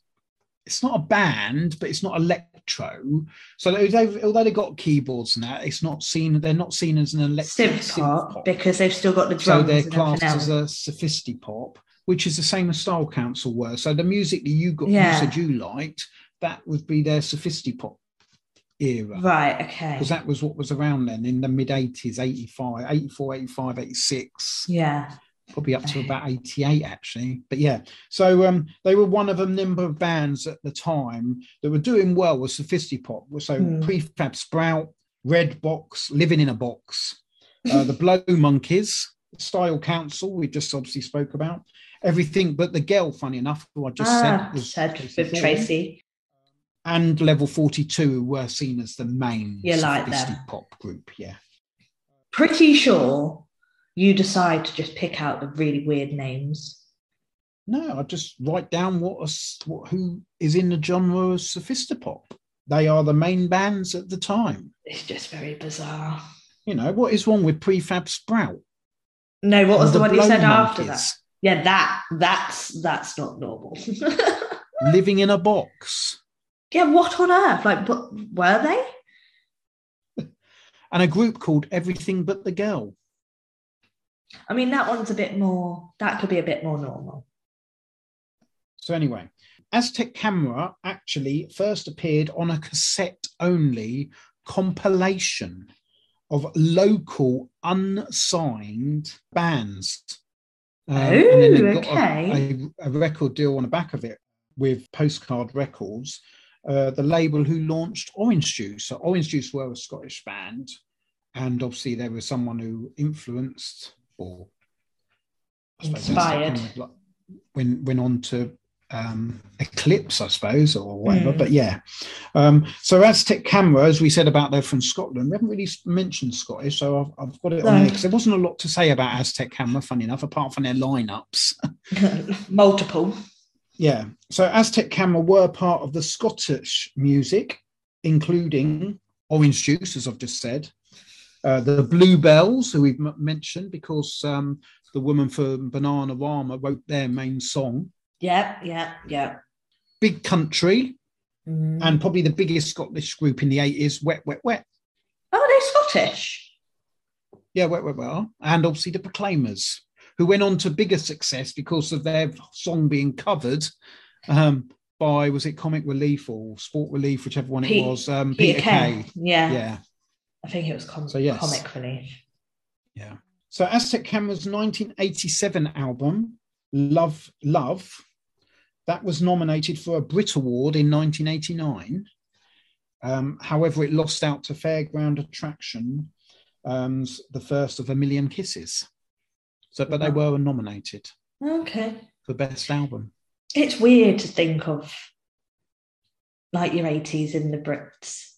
Speaker 1: it's not a band but it's not electro so although, although they got keyboards and that it's not seen they're not seen as an electro
Speaker 2: synth
Speaker 1: synth
Speaker 2: pop because they've still got the drums
Speaker 1: so they're
Speaker 2: and everything
Speaker 1: classed as
Speaker 2: else.
Speaker 1: a sophisti pop which is the same as style council were so the music that you got
Speaker 2: Yeah.
Speaker 1: you said you liked that would be their sophisti pop era
Speaker 2: right okay
Speaker 1: because that was what was around then in the mid 80s 85 84 85 86
Speaker 2: yeah
Speaker 1: probably up to
Speaker 2: Okay.
Speaker 1: about 88 actually but yeah so um they were one of a number of bands at the time that were doing well with sophistipop so
Speaker 2: Hmm.
Speaker 1: prefab sprout red box living in a box uh, the blow monkeys style council we just obviously spoke about everything but the girl funny enough who i just
Speaker 2: ah,
Speaker 1: said was
Speaker 2: said with
Speaker 1: Tracy.
Speaker 2: tracy
Speaker 1: and level 42 who were seen as the main
Speaker 2: You like them.
Speaker 1: pop group yeah
Speaker 2: pretty sure you decide to just pick out the really weird names
Speaker 1: No, I just write down what, us- what who is in the genre of sophistopop. They are the main bands at the time.
Speaker 2: it's just very bizarre
Speaker 1: You know what is wrong with prefab sprout?
Speaker 2: no what was
Speaker 1: And
Speaker 2: the, one you
Speaker 1: Blow
Speaker 2: said after that
Speaker 1: Monkeys,
Speaker 2: yeah that that's that's not normal
Speaker 1: Living in a box
Speaker 2: yeah what on earth like what were they
Speaker 1: and a group called Everything But the Girl.
Speaker 2: i mean that one's a bit more that could be a bit more normal
Speaker 1: So anyway, Aztec Camera actually first appeared on a cassette only compilation of local unsigned bands. Um, and then
Speaker 2: Oh,
Speaker 1: they got a-
Speaker 2: okay.
Speaker 1: a, a record deal on the back of it with Postcard Records, uh, the label who launched Orange Juice. So Orange Juice were a Scottish band, and obviously there was someone who influenced or I suppose that's the
Speaker 2: Inspired.
Speaker 1: kind of like- Went went on to um, Eclipse, I suppose, or whatever.
Speaker 2: Mm.
Speaker 1: But yeah, um, so Aztec Camera, as we said about they're from Scotland. We haven't really s- mentioned Scottish, so I've, I've got it on
Speaker 2: No.
Speaker 1: there because there wasn't a lot to say about Aztec Camera. Funny enough, apart from their lineups.
Speaker 2: multiple
Speaker 1: Yeah. So Aztec Camera were part of the Scottish music, including Orange Juice, as I've just said, uh, the Bluebells, who we've m- mentioned, because um, the woman from Banana Rama wrote their main song,
Speaker 2: yeah yeah yeah
Speaker 1: Big Country,
Speaker 2: Mm.
Speaker 1: and probably the biggest Scottish group in the 80s, Wet, Wet, Wet.
Speaker 2: Oh, they're Scottish.
Speaker 1: Yeah, Wet, Wet, Wet. are. And obviously the Proclaimers, who went on to bigger success because of their song being covered um, by was it Comic Relief or Sport Relief, whichever one
Speaker 2: Pete-
Speaker 1: it was. Um,
Speaker 2: Peter
Speaker 1: Peter
Speaker 2: Kay.
Speaker 1: Kay.
Speaker 2: Yeah.
Speaker 1: Yeah,
Speaker 2: I think it was com-
Speaker 1: So, yes.
Speaker 2: comic relief.
Speaker 1: yeah. So Aztec Camera's 1987 album, Love, Love, that was nominated for a Brit Award in 1989. Um, however, it lost out to Fairground Attraction, um, s- the first of A Million Kisses. So, but they were nominated
Speaker 2: Okay.
Speaker 1: for Best Album.
Speaker 2: It's weird to think of like your 80s in the Brits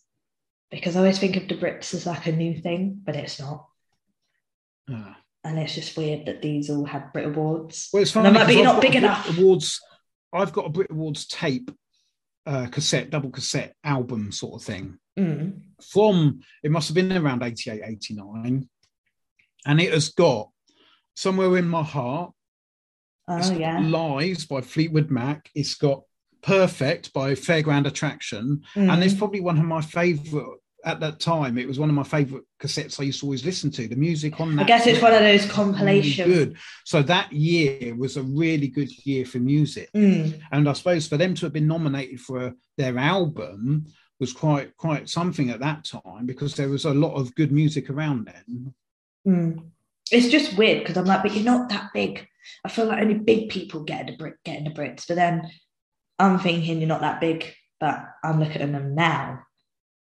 Speaker 2: because I always think of the Brits as like a new thing, but it's not.
Speaker 1: Ah.
Speaker 2: And it's just weird that these all had Brit Awards.
Speaker 1: Well, it's
Speaker 2: No,
Speaker 1: funny.
Speaker 2: but
Speaker 1: 'cause
Speaker 2: you're
Speaker 1: I've
Speaker 2: not
Speaker 1: got
Speaker 2: big
Speaker 1: a Brit
Speaker 2: enough.
Speaker 1: Awards. I've got a Brit Awards tape, uh, cassette, double cassette album sort of thing
Speaker 2: Mm.
Speaker 1: from it must have been around 88, 89. And it has got Somewhere in My Heart, it's
Speaker 2: Oh,
Speaker 1: got
Speaker 2: yeah.
Speaker 1: Lies by Fleetwood Mac, it's got Perfect by Fairground Attraction, and it's
Speaker 2: Mm.
Speaker 1: probably one of my favorite at that time. It was one of my favorite cassettes I used to always listen to. The music on that,
Speaker 2: I guess it's one of those
Speaker 1: really
Speaker 2: compilations.
Speaker 1: good. So that year was a really good year for music
Speaker 2: Mm.
Speaker 1: and I suppose for them to have been nominated for their album was quite quite something at that time because there was a lot of good music around then.
Speaker 2: Mm. It's just weird because I'm like, but you're not that big. I feel like only big people get the Brit, get the Brits. But then I'm thinking you're not that big. But I'm looking at them now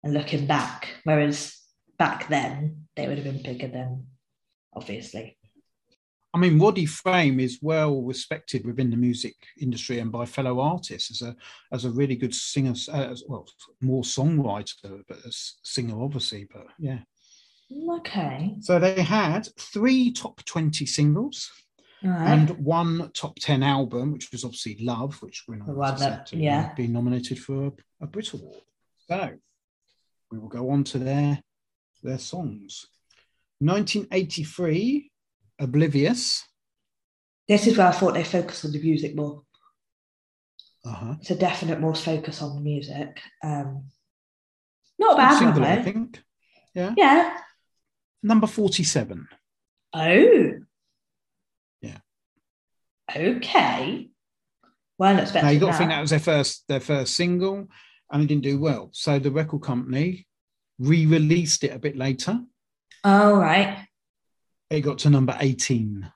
Speaker 2: and looking back. Whereas back then they would have been bigger than, obviously.
Speaker 1: I mean, Roddy Frame is well respected within the music industry and by fellow artists as a as a really good singer, uh, as- well, more songwriter, but a s- singer obviously. But yeah,
Speaker 2: Okay.
Speaker 1: so they had three top twenty singles
Speaker 2: All right.
Speaker 1: and one top ten album, which was obviously Love, which we're
Speaker 2: The one
Speaker 1: not
Speaker 2: that-
Speaker 1: said to
Speaker 2: yeah.
Speaker 1: be nominated for a, a Brit Award. So we will go on to their their songs. 1983, Oblivious.
Speaker 2: this is where I thought they focus on the music more.
Speaker 1: Uh-huh.
Speaker 2: It's a definite more focus on the music. Um, not a
Speaker 1: Good
Speaker 2: bad one
Speaker 1: single, I
Speaker 2: though.
Speaker 1: think.
Speaker 2: Yeah.
Speaker 1: Number 47.
Speaker 2: Oh.
Speaker 1: Yeah.
Speaker 2: Okay. Well, expecting
Speaker 1: Now you got
Speaker 2: that.
Speaker 1: to think that was their first their first single, and it didn't do well. So the record company re-released it a bit later.
Speaker 2: All right.
Speaker 1: It got to number 18.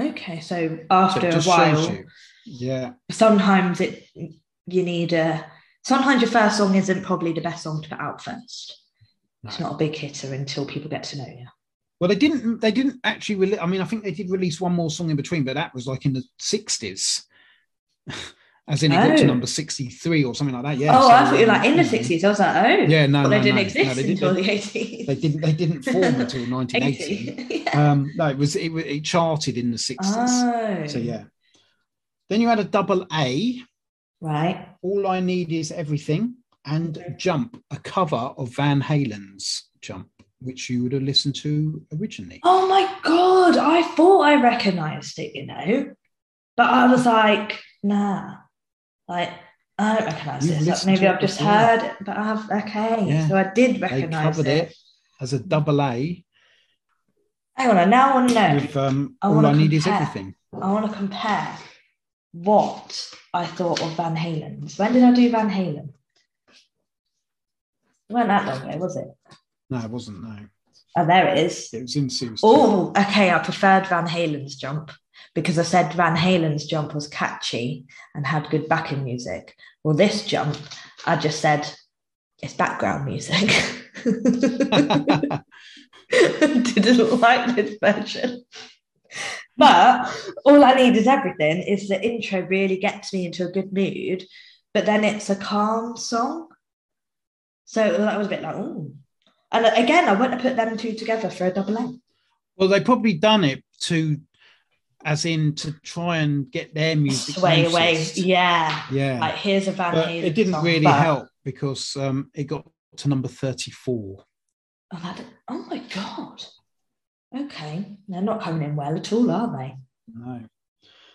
Speaker 2: Okay. So
Speaker 1: So it
Speaker 2: after a
Speaker 1: just shows
Speaker 2: while,
Speaker 1: you. Yeah.
Speaker 2: sometimes it you need a. Sometimes your first song isn't probably the best song to put out first. It's
Speaker 1: No.
Speaker 2: not a big hitter until people get to know you.
Speaker 1: Well, they didn't. They didn't actually. Rele- I mean, I think they did release one more song in between, but that was like in the sixties, as in it got to
Speaker 2: Oh.
Speaker 1: number sixty-three or something like that. Yeah.
Speaker 2: oh,
Speaker 1: so,
Speaker 2: I thought you were like in
Speaker 1: you
Speaker 2: the
Speaker 1: know.
Speaker 2: sixties. I was like, oh,
Speaker 1: Yeah, no,
Speaker 2: but
Speaker 1: no,
Speaker 2: they didn't
Speaker 1: no,
Speaker 2: exist
Speaker 1: no, they
Speaker 2: until
Speaker 1: didn't.
Speaker 2: the eighties.
Speaker 1: They didn't. They didn't form until nineteen eighty.
Speaker 2: Eighty. Yeah.
Speaker 1: Um, no, it was. It, wa- it charted in the sixties.
Speaker 2: Oh.
Speaker 1: So yeah. Then you had a double A.
Speaker 2: Right.
Speaker 1: All I need is everything and
Speaker 2: Okay.
Speaker 1: Jump, a cover of Van Halen's Jump, which you would have listened to originally.
Speaker 2: Oh my god, I thought I recognized it, you know, but I was like, nah, like I don't recognize
Speaker 1: You've
Speaker 2: this. Like,
Speaker 1: listened
Speaker 2: maybe
Speaker 1: to it
Speaker 2: I've just
Speaker 1: before.
Speaker 2: heard it, but I've okay,
Speaker 1: Yeah.
Speaker 2: so I did
Speaker 1: They
Speaker 2: recognize
Speaker 1: covered
Speaker 2: it.
Speaker 1: it as a double A
Speaker 2: Hang on, I now want to know.
Speaker 1: with um,
Speaker 2: I
Speaker 1: All
Speaker 2: wanna
Speaker 1: I Need Is
Speaker 2: compare.
Speaker 1: Everything.
Speaker 2: I want to compare what I thought of Van Halen's. When did I do Van Halen? It weren't that long ago, was it?
Speaker 1: No, it wasn't. No,
Speaker 2: Oh, there it is.
Speaker 1: it was in series. two.
Speaker 2: Oh, okay. I preferred Van Halen's jump because I said Van Halen's jump was catchy and had good backing music. Well, this jump, I just said it's background music. Didn't like this version. But all I need is everything is the intro really gets me into a good mood, but then it's a calm song. So that was a bit like, oh. And again, I wouldn't have put them two together for a double A.
Speaker 1: well, they probably done it to, as in to try and get their music
Speaker 2: sway away.
Speaker 1: noticed.
Speaker 2: Yeah.
Speaker 1: Yeah,
Speaker 2: Like here's a Van
Speaker 1: but
Speaker 2: Halen.
Speaker 1: it didn't
Speaker 2: song,
Speaker 1: really
Speaker 2: but-
Speaker 1: help because um, it got to number thirty-four.
Speaker 2: Oh, that, oh my god. Okay. They're not coming in well at all, are they?
Speaker 1: No.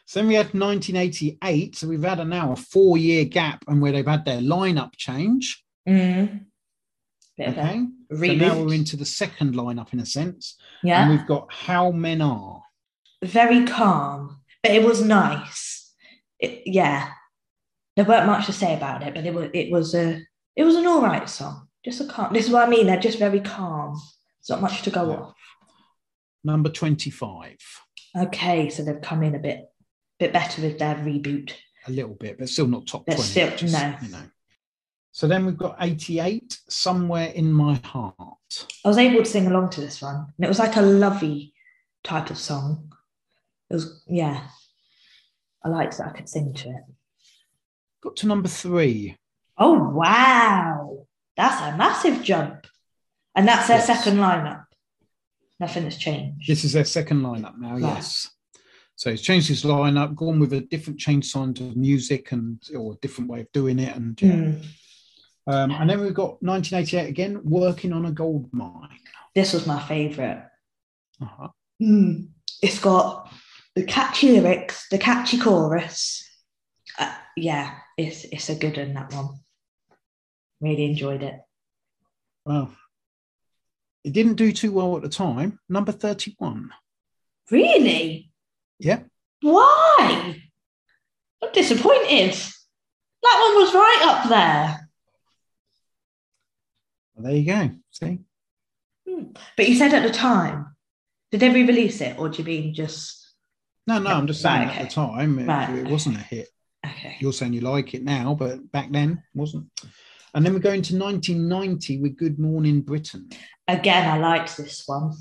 Speaker 1: So then we had 1988. So we've had a now a four-year gap, and where they've had their lineup change.
Speaker 2: Mm. Bit of a
Speaker 1: Okay, so
Speaker 2: reboot.
Speaker 1: now we're into the second lineup in a sense, and
Speaker 2: yeah.
Speaker 1: we've got How Men Are.
Speaker 2: very calm, but it was nice. It, yeah, there weren't much to say about it, but it was it was a it was an all right song. Just a calm. This is what I mean. They're just very calm. There's not much to go
Speaker 1: Yeah.
Speaker 2: off.
Speaker 1: Number 25,
Speaker 2: Okay, so they've come in a bit bit better with their reboot.
Speaker 1: a little bit, but still not top
Speaker 2: But
Speaker 1: 20.
Speaker 2: still,
Speaker 1: which is,
Speaker 2: no.
Speaker 1: You know. So then we've got 88, Somewhere in My Heart.
Speaker 2: I was able to sing along to this one, and it was like a lovey type of song. It was yeah, I liked that I could sing to it.
Speaker 1: Got to number three.
Speaker 2: Oh wow, that's a massive jump, and that's their
Speaker 1: Yes.
Speaker 2: second lineup. Nothing has changed.
Speaker 1: This is their second lineup now,
Speaker 2: Right.
Speaker 1: yes. So he's changed his lineup, gone with a different change sound of music and or a different way of doing it. And yeah.
Speaker 2: Hmm.
Speaker 1: um, and then we've got 1988 again, working on a gold mine.
Speaker 2: This was my favorite.
Speaker 1: Uh-huh.
Speaker 2: Mm. It's got the catchy lyrics, the catchy chorus. Uh, yeah, it's it's a good one. That one. Really enjoyed it.
Speaker 1: Well, it didn't do too well at the time. Number 31.
Speaker 2: Really?
Speaker 1: Yeah.
Speaker 2: Why? I'm disappointed. That one was right up there.
Speaker 1: Well, there you go. See?
Speaker 2: But you said at the time, did they re-release it, or do you mean just
Speaker 1: No, no, I'm just saying
Speaker 2: Right,
Speaker 1: at the time it,
Speaker 2: Right,
Speaker 1: it wasn't a hit.
Speaker 2: okay?
Speaker 1: You're saying you like it now, but back then it wasn't. And then we go into 1990 with Good Morning Britain.
Speaker 2: again, I liked this one.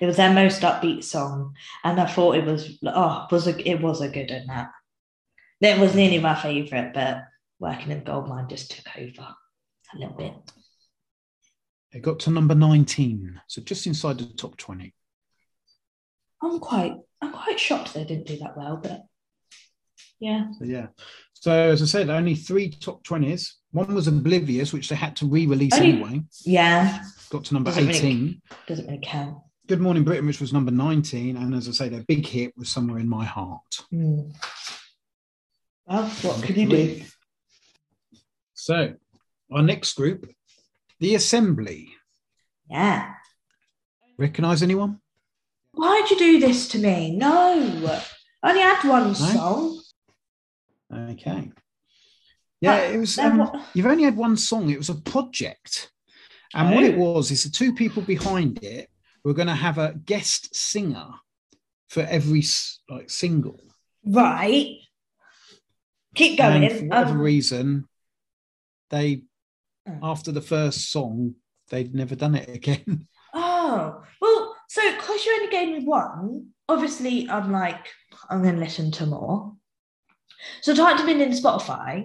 Speaker 2: It was their most upbeat song, and I thought it was oh, it was a, it was a good one. That that was nearly my favourite, but working in Goldmine just took over a little bit.
Speaker 1: It got to number 19, so just inside the top 20.
Speaker 2: I'm quite I'm quite shocked they didn't do that well, but yeah,
Speaker 1: So, yeah. So as I said, only three top 20s. One was Oblivious, which they had to re-release
Speaker 2: Only-
Speaker 1: anyway.
Speaker 2: yeah,
Speaker 1: Got to number
Speaker 2: Doesn't really-
Speaker 1: 18.
Speaker 2: doesn't really count.
Speaker 1: Good Morning Britain, which was number 19. And as I say, their big hit was Somewhere in My Heart.
Speaker 2: Hmm. Well, what could you do?
Speaker 1: So our next group, The Assembly.
Speaker 2: Yeah.
Speaker 1: Recognize anyone?
Speaker 2: Why'd you do this to me? No. I only had one song.
Speaker 1: Okay. Yeah, it was.
Speaker 2: Then
Speaker 1: um,
Speaker 2: what-
Speaker 1: you've only had one song. It was a project, and what
Speaker 2: Oh.
Speaker 1: it was is the two people behind it were going to have a guest singer for every s- like single.
Speaker 2: Right. Keep going.
Speaker 1: And for whatever
Speaker 2: Um,
Speaker 1: reason, they
Speaker 2: Oh.
Speaker 1: after the first song they'd never done it again.
Speaker 2: oh, well, so because you only gave me one, obviously I'm like, I'm going to listen to more. So I typed them in in Spotify,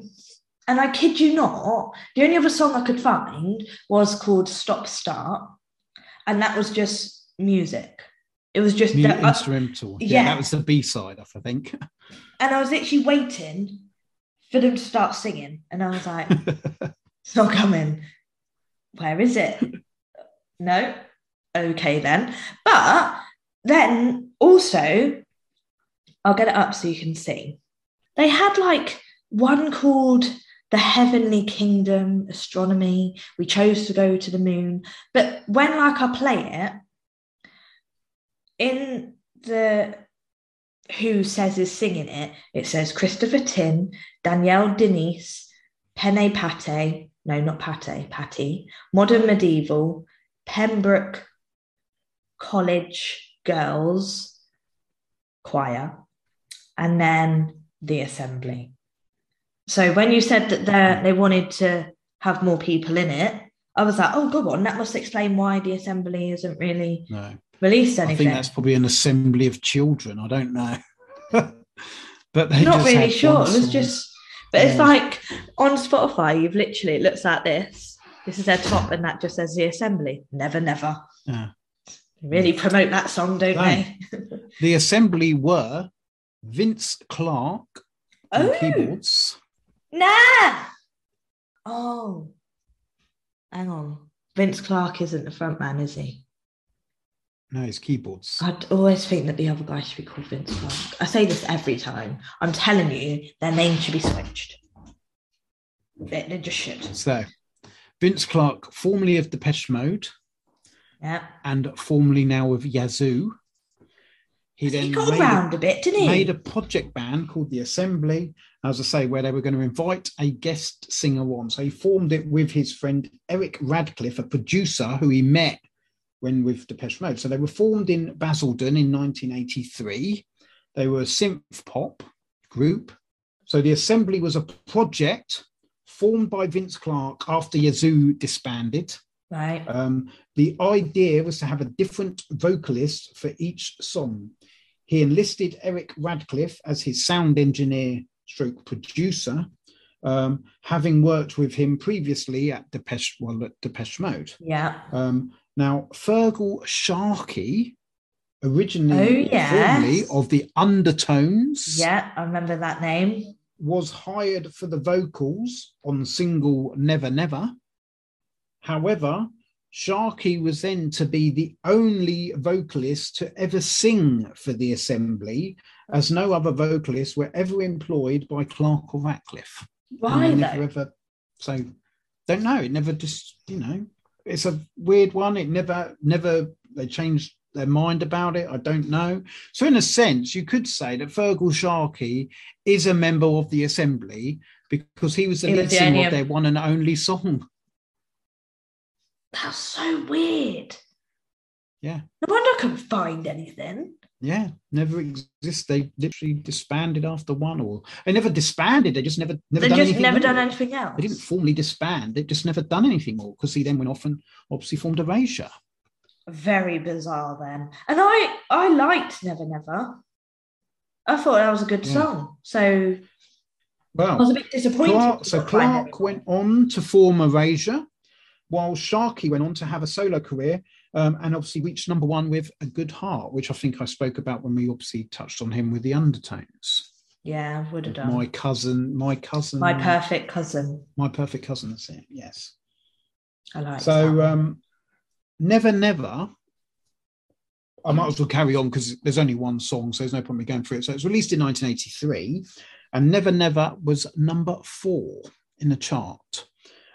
Speaker 2: and I kid you not, the only other song I could find was called Stop Start, and that was just music. It was just
Speaker 1: New
Speaker 2: that. uh,
Speaker 1: instrumental. Yeah,
Speaker 2: yeah.
Speaker 1: that was the B side, I think.
Speaker 2: and I was literally waiting for them to start singing, and I was like, It's not coming. Where is it? no. Okay then. But then also, I'll get it up so you can see. They had like one called the Heavenly Kingdom Astronomy. We chose to go to the moon. But when like I play it, in the who says is singing it, it says Christopher Tin, Danielle Denise, Penne Pate, no, not Pate, Patty, Modern Medieval, Pembroke College Girls Choir, and then the Assembly. So when you said that they they wanted to have more people in it, I was like, oh, go on, that must explain why the Assembly isn't really
Speaker 1: No.
Speaker 2: released
Speaker 1: I
Speaker 2: anything.
Speaker 1: think that's probably an assembly of children. I don't know. but they
Speaker 2: not
Speaker 1: just had
Speaker 2: really
Speaker 1: one
Speaker 2: sure. It was
Speaker 1: song.
Speaker 2: just, but it's
Speaker 1: Yeah.
Speaker 2: like on Spotify, you've literally it looks like this. This is their top, and that just says the assembly. Never, never.
Speaker 1: Yeah.
Speaker 2: They really promote that song, don't they?
Speaker 1: the assembly were Vince Clark on
Speaker 2: Oh,
Speaker 1: keyboards,
Speaker 2: nah. Oh, hang on. Vince Clark isn't the front man, is he?
Speaker 1: no, it's keyboards.
Speaker 2: I'd always think that the other guy should be called Vince Clark. I say this every time. I'm telling you, their name should be switched. They, they just should.
Speaker 1: So, Vince Clark, formerly of Depeche Mode
Speaker 2: Yeah.
Speaker 1: and formerly now of Yazoo, He then
Speaker 2: He got
Speaker 1: made a
Speaker 2: around a bit, didn't he?
Speaker 1: made a project band called the Assembly, as I say, where they were going to invite a guest singer on. So he formed it with his friend Eric Radcliffe, a producer who he met when with Depeche Mode. So they were formed in Basildon in 1983. They were a synth pop group. So the Assembly was a project formed by Vince Clarke after Yazoo disbanded.
Speaker 2: right.
Speaker 1: Um, the idea was to have a different vocalist for each song. He enlisted Eric Radcliffe as his sound engineer stroke producer, um, having worked with him previously at Depeche, well, at Depeche Mode.
Speaker 2: Yeah.
Speaker 1: Um, now, Fergal Sharkey, originally
Speaker 2: Oh, yes.
Speaker 1: formerly of the Undertones,
Speaker 2: Yeah. I remember that name.
Speaker 1: was hired for the vocals on single Never Never. However, Sharkey was then to be the only vocalist to ever sing for the assembly, as no other vocalists were ever employed by Clark or Ratcliffe. And
Speaker 2: Why
Speaker 1: they
Speaker 2: though?
Speaker 1: never ever, so don't know. It never just, you know, it's a weird one. It never, never, they changed their mind about it. I don't know. So, in a sense, you could say that Fergal Sharkey is a member of the assembly because he was the
Speaker 2: He was
Speaker 1: lead
Speaker 2: the
Speaker 1: singer
Speaker 2: only-
Speaker 1: of their one and only song.
Speaker 2: That's so weird.
Speaker 1: Yeah.
Speaker 2: No wonder I couldn't find anything.
Speaker 1: Yeah, never exist. They literally disbanded after one, or they never disbanded. They just never, never
Speaker 2: They've
Speaker 1: done
Speaker 2: just
Speaker 1: anything.
Speaker 2: never
Speaker 1: more.
Speaker 2: done anything else.
Speaker 1: They didn't formally disband. They've just never done anything more because he then went off and obviously formed Erasure.
Speaker 2: Very bizarre then. And I I liked Never Never. I thought that was a good
Speaker 1: Yeah.
Speaker 2: song. So I
Speaker 1: Well,
Speaker 2: was a bit disappointed.
Speaker 1: Clark,
Speaker 2: we
Speaker 1: so
Speaker 2: couldn't find
Speaker 1: Clark
Speaker 2: anything.
Speaker 1: went on to form Erasure, while Sharkey went on to have a solo career um, and obviously reached number one with A Good Heart, which I think I spoke about when we obviously touched on him with the Undertones.
Speaker 2: Yeah, would have done.
Speaker 1: My
Speaker 2: My,
Speaker 1: cousin, my cousin,
Speaker 2: perfect cousin.
Speaker 1: my perfect cousin. That's it. Yes.
Speaker 2: I like
Speaker 1: so
Speaker 2: that.
Speaker 1: um, never, never. I might as well carry on because there's only one song, so there's no point me going through it. So it was released in 1983, and Never Never was number four in the chart,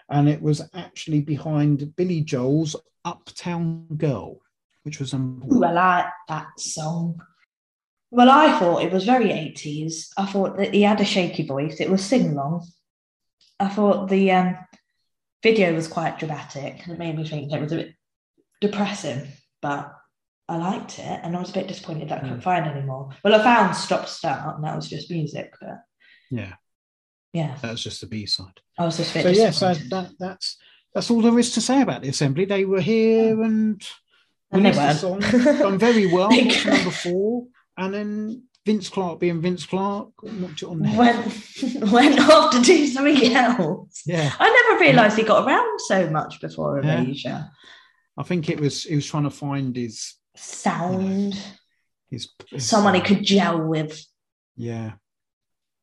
Speaker 1: and it was actually behind Billy Joel's Uptown Girl, which was number
Speaker 2: Ooh,
Speaker 1: one.
Speaker 2: I like that song. Well, I thought it was very 80s. I thought that he had a shaky voice. It was sing along. I thought the um, video was quite dramatic. It made me think that it was a bit depressing, but I liked it. And I was a bit disappointed that I
Speaker 1: Mm.
Speaker 2: couldn't find any more. Well, I found Stop Start, and that was just music. But
Speaker 1: Yeah,
Speaker 2: yeah,
Speaker 1: that was just the B side.
Speaker 2: I was just a bit
Speaker 1: So yeah, so
Speaker 2: disappointed.
Speaker 1: that, that's that's all there is to say about the assembly. They were here and
Speaker 2: and they
Speaker 1: released the
Speaker 2: weren't.
Speaker 1: done very well,
Speaker 2: Like-
Speaker 1: got to number four, and then Vince Clark being Vince Clark knocked it on the head.
Speaker 2: went, went off to do something else.
Speaker 1: yeah,
Speaker 2: I never realised he got around so much before
Speaker 1: Yeah.
Speaker 2: Erasure.
Speaker 1: I think it was he was trying to find his
Speaker 2: Sound,
Speaker 1: his, his uh,
Speaker 2: someone he could gel with.
Speaker 1: Yeah,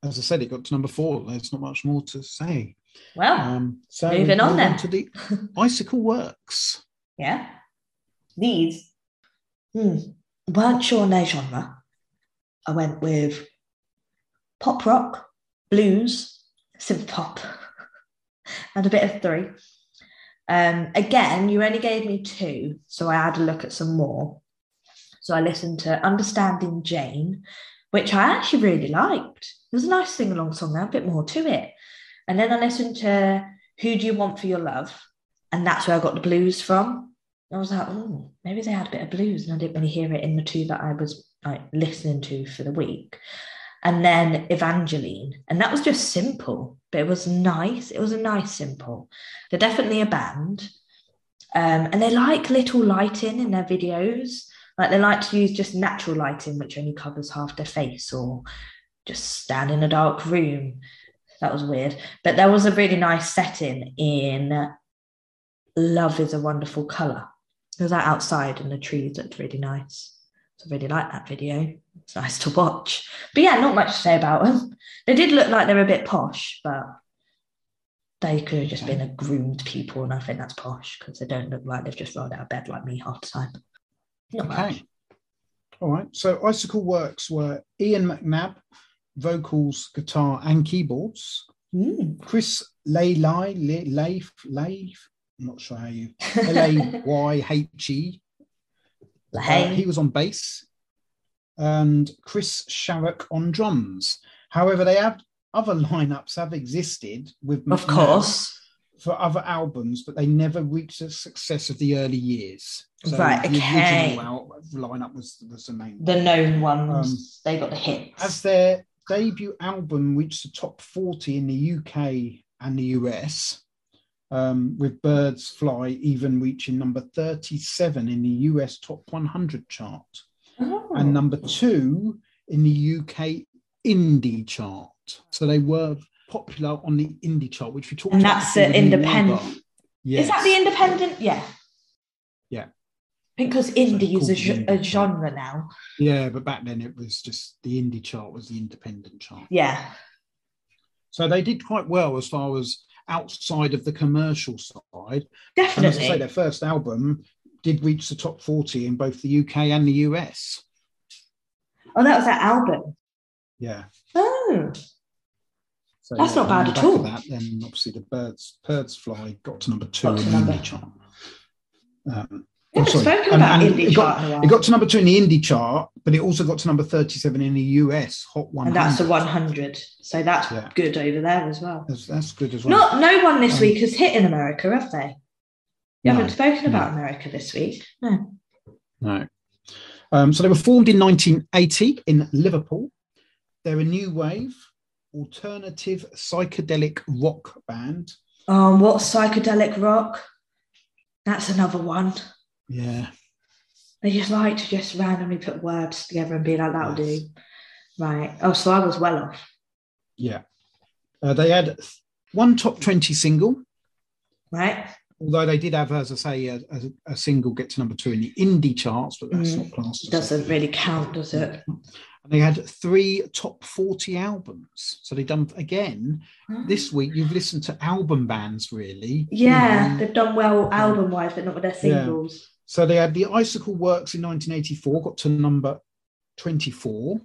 Speaker 1: as I said, it got to number four. There's not much more to say.
Speaker 2: Well,
Speaker 1: Um, so
Speaker 2: Ah, Moving on
Speaker 1: move
Speaker 2: then.
Speaker 1: to the Icicle Works.
Speaker 2: yeah. These hmm, weren't sure on their genre. I went with pop rock, blues, synth pop, and a bit of three. Um, again, you only gave me two, so I had a look at some more. So I listened to Understanding Jane, which I actually really liked. It was a nice sing along song, there, a bit more to it. And then I listened to Who Do You Want for Your Love? And that's where I got the blues from. I was like, oh, maybe they had a bit of blues, and I didn't really hear it in the two that I was like listening to for the week. And then Evangeline, and that was just simple, but it was nice. It was a nice simple. They're definitely a band, um, and they like little lighting in their videos. Like they like to use just natural lighting, which only covers half their face, or just stand in a dark room. That was weird, but there was a really nice setting in love is a wonderful color. It was like outside in the trees. It's really nice. So I really like that video. It's nice to watch. But yeah, not much to say about them. They did look like they're a bit posh, but they could have just been a groomed people, and I think that's posh because they don't look like they've just rolled out of bed like me half the time. Not much.
Speaker 1: Okay. All right. So Icicle Works were Ian McNabb, vocals, guitar, and keyboards.
Speaker 2: Mm.
Speaker 1: Chris Leilai, Le- Leif, Leif, I'm not sure how you, L A Y H E.
Speaker 2: Like,
Speaker 1: Uh,
Speaker 2: hey,
Speaker 1: he was on bass. and Chris Sharrock on drums. However, they have other lineups have existed with
Speaker 2: Of course.
Speaker 1: for other albums, but they never reached the success of the early years.
Speaker 2: Right,
Speaker 1: The
Speaker 2: okay.
Speaker 1: original al- lineup was, was the main. Um,
Speaker 2: The known ones, they got the hits.
Speaker 1: As their debut album reached the top 40 in the UK and the US, um, with Birds Fly even reaching number 37 in the US Top 100 chart
Speaker 2: Oh.
Speaker 1: and number two in the UK indie chart. So they were popular on the indie chart, which we talked
Speaker 2: And
Speaker 1: about.
Speaker 2: that's
Speaker 1: before
Speaker 2: the
Speaker 1: with New
Speaker 2: independent-
Speaker 1: Labour. Yes.
Speaker 2: Is that the independent? Yeah.
Speaker 1: Yeah.
Speaker 2: Because indie is a,
Speaker 1: called
Speaker 2: ge- a
Speaker 1: indie.
Speaker 2: genre now.
Speaker 1: Yeah, but back then it was just the indie chart was the independent chart.
Speaker 2: Yeah.
Speaker 1: So they did quite well as far as outside of the commercial side. And as I uh, say,
Speaker 2: Definitely.
Speaker 1: their first album did reach the top 40 in both the UK and the US.
Speaker 2: Oh, that was that album.
Speaker 1: Yeah.
Speaker 2: Oh,
Speaker 1: So
Speaker 2: That's
Speaker 1: yeah,
Speaker 2: not bad
Speaker 1: on the
Speaker 2: at
Speaker 1: back of
Speaker 2: all.
Speaker 1: That, then obviously the birds birds fly got to number two
Speaker 2: Got to
Speaker 1: in the
Speaker 2: number-
Speaker 1: indie chart. Um,
Speaker 2: we
Speaker 1: I'm
Speaker 2: haven't
Speaker 1: sorry.
Speaker 2: spoken
Speaker 1: And-
Speaker 2: about
Speaker 1: and
Speaker 2: indie
Speaker 1: it got-
Speaker 2: chart in a while.
Speaker 1: It got to number two in the indie chart, but it also got to number 37 in the US, Hot 100.
Speaker 2: and that's the 100. So that's
Speaker 1: Yeah.
Speaker 2: good over there as well.
Speaker 1: That's, that's good as well.
Speaker 2: Not no one this
Speaker 1: Um,
Speaker 2: week has hit in America, have they?
Speaker 1: No,
Speaker 2: You haven't spoken
Speaker 1: no.
Speaker 2: about America this week. No.
Speaker 1: No. Um, so they were formed in 1980 in Liverpool. They're a new wave, alternative psychedelic rock band.
Speaker 2: Um, what psychedelic rock? That's another one.
Speaker 1: Yeah.
Speaker 2: They just like to just randomly put words together and be like, that'll
Speaker 1: Yes.
Speaker 2: do. Right. Oh, so I was well off.
Speaker 1: Yeah. Uh, they had th- one top 20 single,
Speaker 2: Right.
Speaker 1: although they did have, as I say, a, a, a single get to number two in the indie charts, but that's
Speaker 2: Mm.
Speaker 1: not classed. as a-
Speaker 2: Doesn't really count, does it?
Speaker 1: And they had three top 40 albums. So they done again this week. You've listened to album bands, really.
Speaker 2: Yeah,
Speaker 1: Mhm.
Speaker 2: they've done well album wise, but not with their singles.
Speaker 1: So they had the Icicle Works in 1984, got to number 24.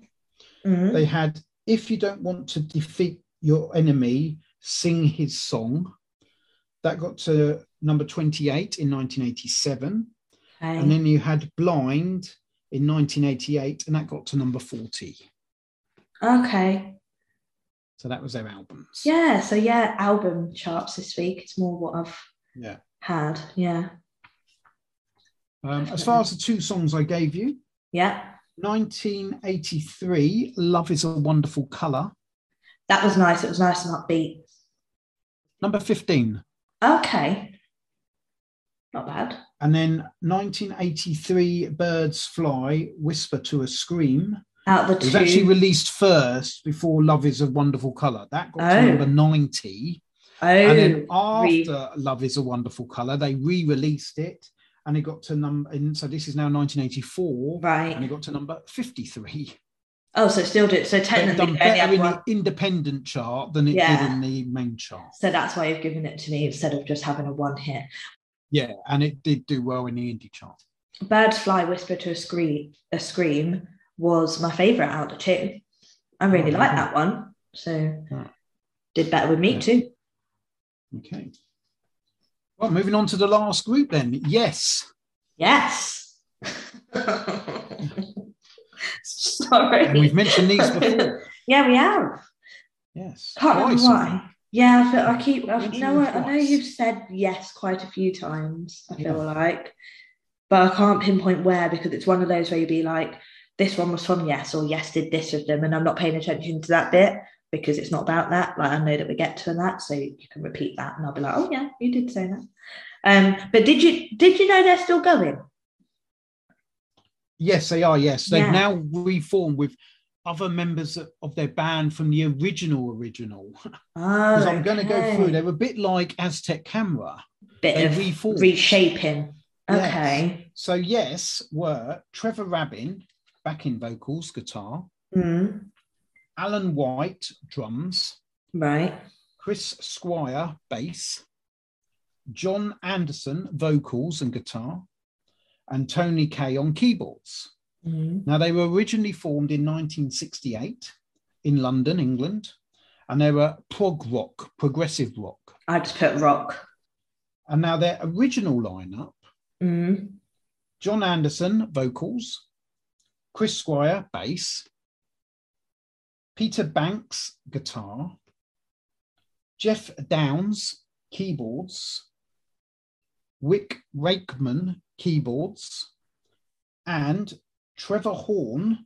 Speaker 2: Mhm.
Speaker 1: They had If You Don't Want to Defeat Your Enemy, Sing His Song. That got to number 28 in 1987.
Speaker 2: Okay.
Speaker 1: And then you had Blind in 1988, and that got to number 40.
Speaker 2: okay.
Speaker 1: So that was their albums.
Speaker 2: Yeah. So yeah, album charts this week. It's more what I've
Speaker 1: Yeah.
Speaker 2: had. Yeah.
Speaker 1: Um, as far as the two songs I gave you,
Speaker 2: Yeah.
Speaker 1: 1983, Love is a Wonderful Colour,
Speaker 2: That was nice. It was nice and upbeat.
Speaker 1: number 15.
Speaker 2: Okay. Not bad.
Speaker 1: And then 1983, Birds Fly, Whisper to a Scream.
Speaker 2: Out of
Speaker 1: It
Speaker 2: the
Speaker 1: was
Speaker 2: two.
Speaker 1: actually released first before Love is a Wonderful Colour. That got to
Speaker 2: Oh.
Speaker 1: number 90.
Speaker 2: oh,
Speaker 1: and then after
Speaker 2: re-
Speaker 1: Love is a Wonderful Colour, they re released it and it got to number, and so this is now 1984. And it
Speaker 2: Oh, right.
Speaker 1: got to number 53.
Speaker 2: Oh, so it still did. So
Speaker 1: They've
Speaker 2: technically,
Speaker 1: done better
Speaker 2: they only had
Speaker 1: in
Speaker 2: one.
Speaker 1: the independent chart than it did
Speaker 2: Yeah.
Speaker 1: in the main chart.
Speaker 2: So that's why you've given it to me instead of just having a one hit.
Speaker 1: Yeah, and it did do well in the indie chart.
Speaker 2: Birds Fly Whisper to a Scream, a scream was my favourite out of the two. I really
Speaker 1: Oh,
Speaker 2: like
Speaker 1: wow.
Speaker 2: that one. So
Speaker 1: Ah.
Speaker 2: did better with me
Speaker 1: Yeah.
Speaker 2: too.
Speaker 1: Okay. Well, moving on to the last group then. Yes.
Speaker 2: Yes.
Speaker 1: And we've
Speaker 2: Sorry.
Speaker 1: mentioned these before.
Speaker 2: Yeah, we have.
Speaker 1: Yes.
Speaker 2: Can't
Speaker 1: Twice,
Speaker 2: remember
Speaker 1: I think.
Speaker 2: why. Yeah, I feel I keep I
Speaker 1: Mentioned
Speaker 2: know
Speaker 1: them
Speaker 2: I know
Speaker 1: twice.
Speaker 2: you've said yes quite a few times, I feel
Speaker 1: Yeah.
Speaker 2: like. But I can't pinpoint where because it's one of those where you'd be like, this one was from yes, or yes did this with them, and I'm not paying attention to that bit because it's not about that. Like I know that we get to that, so you can repeat that and I'll be like, Oh yeah, you did say that. Um, but did you did you know they're still going?
Speaker 1: Yes, they are. Yes. They've
Speaker 2: Yeah.
Speaker 1: now reformed with other members of their band from the original original.
Speaker 2: Oh,
Speaker 1: Because I'm going to go through.
Speaker 2: okay.
Speaker 1: They were a bit like Aztec Camera. They
Speaker 2: bit of
Speaker 1: reformed.
Speaker 2: reshaping.
Speaker 1: Yes.
Speaker 2: Okay.
Speaker 1: So, yes, were Trevor Rabin, backing vocals, guitar,
Speaker 2: Mm,
Speaker 1: Alan White, drums,
Speaker 2: right.
Speaker 1: Chris Squire, bass, John Anderson, vocals and guitar, and Tony Kay on keyboards.
Speaker 2: Mm.
Speaker 1: Now, they were originally formed in 1968 in London, England, and they were prog rock, progressive rock.
Speaker 2: I just put rock.
Speaker 1: And now, their original lineup
Speaker 2: Mm.
Speaker 1: John Anderson, vocals, Chris Squire, bass, Peter Banks, guitar, Jeff Downs, keyboards, Wick Rakeman, keyboards, and Trevor Horn,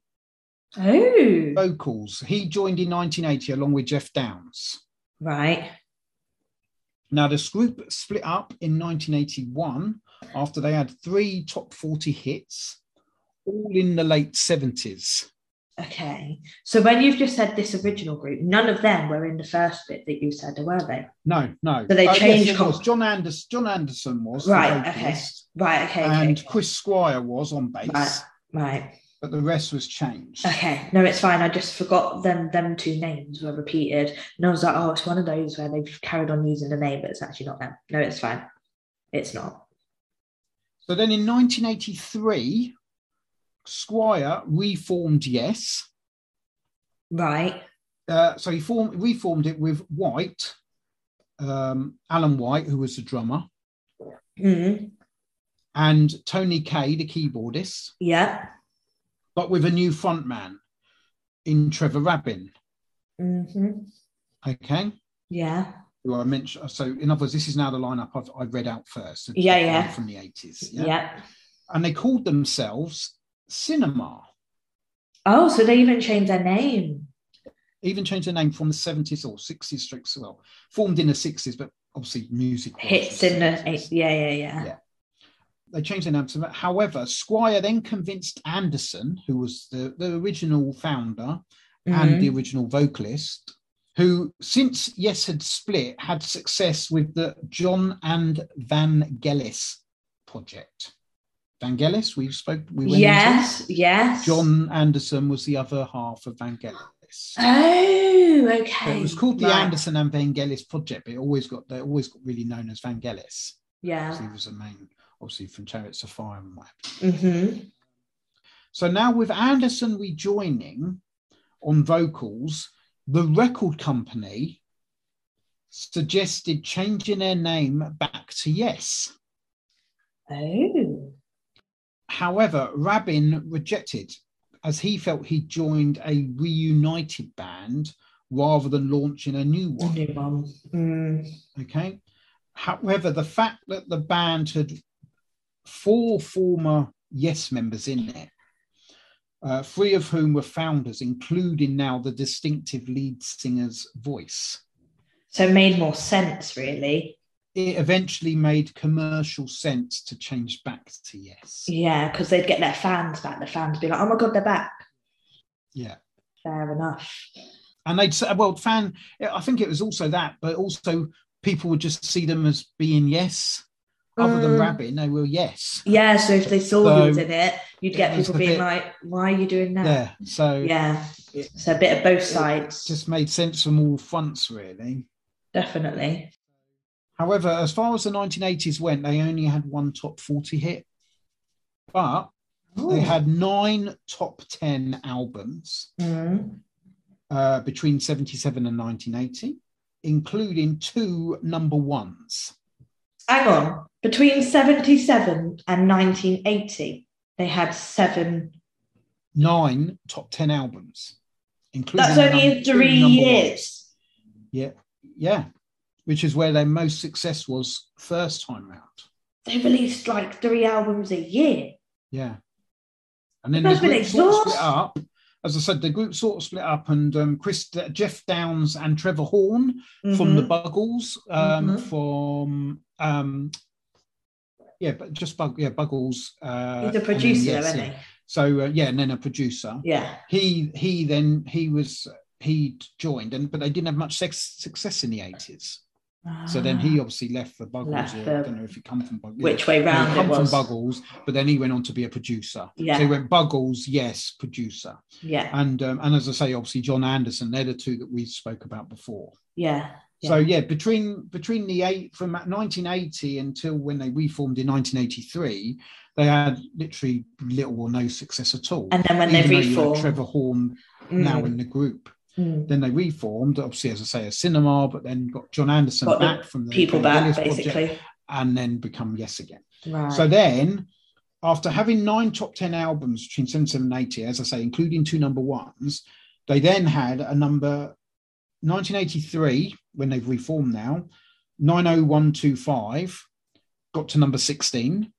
Speaker 2: Oh,
Speaker 1: vocals. He joined in 1980 along with Jeff Downs.
Speaker 2: right.
Speaker 1: Now, this group split up in 1981 after they had three top 40 hits, all in the late 70s.
Speaker 2: Okay. So when you've just said this original group, none of them were in the first bit that you said, were they?
Speaker 1: No, no. Oh,
Speaker 2: So they
Speaker 1: yes,
Speaker 2: changed
Speaker 1: it
Speaker 2: com-
Speaker 1: was. John Anderson. John Anderson was
Speaker 2: Right,
Speaker 1: The
Speaker 2: okay.
Speaker 1: vocalist,
Speaker 2: Right. Okay.
Speaker 1: and
Speaker 2: okay.
Speaker 1: Chris Squire was on bass,
Speaker 2: Right. Right.
Speaker 1: but the rest was changed.
Speaker 2: Okay. No, it's fine. I just forgot them. Them two names were repeated, and I was like, oh, it's one of those where they've carried on using the name, but it's actually not them. No, it's fine. It's not.
Speaker 1: So then, in 1983, Squire reformed Yes.
Speaker 2: Right.
Speaker 1: Uh, so he formed reformed it with White, um, Alan White, who was the drummer,
Speaker 2: hmm
Speaker 1: and Tony Kay, the keyboardist,
Speaker 2: Yeah.
Speaker 1: but with a new frontman in Trevor Rabin.
Speaker 2: hmm
Speaker 1: Okay,
Speaker 2: Yeah.
Speaker 1: who I mentioned. So in other words, this is now the lineup I've, I've read out first.
Speaker 2: Yeah, yeah.
Speaker 1: from the eighties.
Speaker 2: Yeah.
Speaker 1: and they called themselves Cinema.
Speaker 2: Oh, so they even changed their name.
Speaker 1: Even changed their name from the seventies or sixties tricks. Well, formed in the sixties, but obviously music was
Speaker 2: Hits in the
Speaker 1: 70s.
Speaker 2: eight. Yeah. Yeah. Yeah.
Speaker 1: Yeah. they changed their name to that. However, Squire then convinced Anderson, who was the, the original founder
Speaker 2: Mhm.
Speaker 1: and the original vocalist, who since Yes had split had success with the John and Van Gellis project. Van Gellis, we spoke. We went into
Speaker 2: Mm-hmm. yes.
Speaker 1: this.
Speaker 2: Yes.
Speaker 1: John Anderson was the other half of Van Gellis.
Speaker 2: Oh,
Speaker 1: So
Speaker 2: okay.
Speaker 1: it was called the
Speaker 2: Right.
Speaker 1: Anderson and Van Gellis project. But it always got they always got really known as Van Gellis. 'cause
Speaker 2: Yeah.
Speaker 1: He was the main, obviously from Chariots of Fire and what have you.
Speaker 2: Mm-hmm.
Speaker 1: So now with Anderson rejoining on vocals, the record company suggested changing their name back to Yes.
Speaker 2: Oh.
Speaker 1: However, Rabin rejected as he felt he joined a reunited band rather than launching a new
Speaker 2: A
Speaker 1: one.
Speaker 2: new one. Mm.
Speaker 1: Okay. However, the fact that the band had four former Yes members in it, uh, three of whom were founders, including now the distinctive lead singer's voice,
Speaker 2: So it made more sense, really.
Speaker 1: it eventually made commercial sense to change back to Yes.
Speaker 2: Yeah, because they'd get their fans back. The fans would be like, oh my God, they're back.
Speaker 1: Yeah.
Speaker 2: Fair enough.
Speaker 1: And they'd say, well, fan, I think it was also that, but also people would just see them as being Yes. Other than
Speaker 2: Mm.
Speaker 1: Rabbit, they were Yes.
Speaker 2: Yeah, so if they saw
Speaker 1: So
Speaker 2: you did it, you'd get
Speaker 1: it was
Speaker 2: people
Speaker 1: the
Speaker 2: being
Speaker 1: bit-
Speaker 2: like, why are you doing that?
Speaker 1: Yeah. So,
Speaker 2: Yeah.
Speaker 1: It-
Speaker 2: So a bit of both
Speaker 1: it-
Speaker 2: sides.
Speaker 1: It's just made sense from all fronts, really.
Speaker 2: Definitely.
Speaker 1: However, as far as the 1980s went, they only had one top 40 hit, but they
Speaker 2: Ooh.
Speaker 1: had nine top 10 albums
Speaker 2: Mm.
Speaker 1: uh, between 77 and 1980, including two number ones.
Speaker 2: Hang on. Between 77 and 1980, they had seven.
Speaker 1: Nine top 10 albums, including
Speaker 2: That's only
Speaker 1: num-
Speaker 2: in
Speaker 1: two
Speaker 2: three
Speaker 1: number
Speaker 2: years.
Speaker 1: ones. Yeah, yeah, which is where their most success was first time round.
Speaker 2: they released like three albums a year.
Speaker 1: Yeah. And then the
Speaker 2: Must be
Speaker 1: group sort of
Speaker 2: exhaust.
Speaker 1: split up. As I said, the group sort of split up, and um, Chris, Jeff Downs and Trevor Horn from the
Speaker 2: Mhm.
Speaker 1: Buggles, um,
Speaker 2: Mhm.
Speaker 1: from um, yeah, but just Bug, yeah, Buggles. Uh,
Speaker 2: He's
Speaker 1: and
Speaker 2: a
Speaker 1: then
Speaker 2: producer,
Speaker 1: Yes,
Speaker 2: isn't
Speaker 1: yeah. So uh, yeah, and then a producer.
Speaker 2: he? Yeah.
Speaker 1: He he then he was he joined, and but they didn't have much sex, success in the eighties. So then he obviously left for Buggles.
Speaker 2: Ah. Left
Speaker 1: or, I
Speaker 2: the-
Speaker 1: don't know if he come from Buggles.
Speaker 2: Ah. which way round
Speaker 1: he
Speaker 2: it
Speaker 1: come from
Speaker 2: was?
Speaker 1: Buggles, but then he went on to be a producer.
Speaker 2: Yeah.
Speaker 1: So he went Buggles, yes, producer,
Speaker 2: Yeah,
Speaker 1: and um, and as I say, obviously John Anderson. They're the two that we spoke about before.
Speaker 2: yeah,
Speaker 1: So yeah, between between the eight from 1980 until when they reformed in 1983, they had literally little or no success at all.
Speaker 2: and then when they
Speaker 1: Even though you had
Speaker 2: reformed, mm,
Speaker 1: Trevor Horn now in the group. Then they reformed, obviously, as I say, a cinema, but then got John Anderson
Speaker 2: Got the
Speaker 1: back from the
Speaker 2: people
Speaker 1: Vangelis
Speaker 2: back
Speaker 1: project
Speaker 2: basically.
Speaker 1: and then become Yes again.
Speaker 2: Right.
Speaker 1: So then After having nine top 10 albums between 77 and 80, as I say, including two number ones, they then had a number 1983, when they've reformed now, 90125 got to number 16.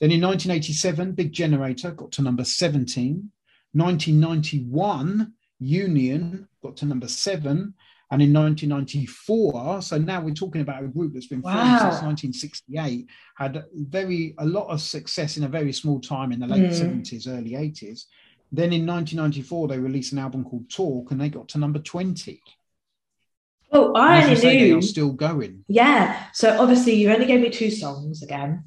Speaker 1: Then in 1987, Big Generator got to number 17. 1991, Union got to number seven. And in 1994, so now we're talking about a group that's been
Speaker 2: Wow.
Speaker 1: formed since 1968, had very a lot of success in a very small time in the late
Speaker 2: Mm.
Speaker 1: 70s, early 80s. Then in 1994, they released an album called Talk, and they got to number 20. And
Speaker 2: Well, Oh, I
Speaker 1: as you
Speaker 2: only
Speaker 1: say, they
Speaker 2: knew.
Speaker 1: are still going.
Speaker 2: Yeah. So obviously, you only gave me two songs again.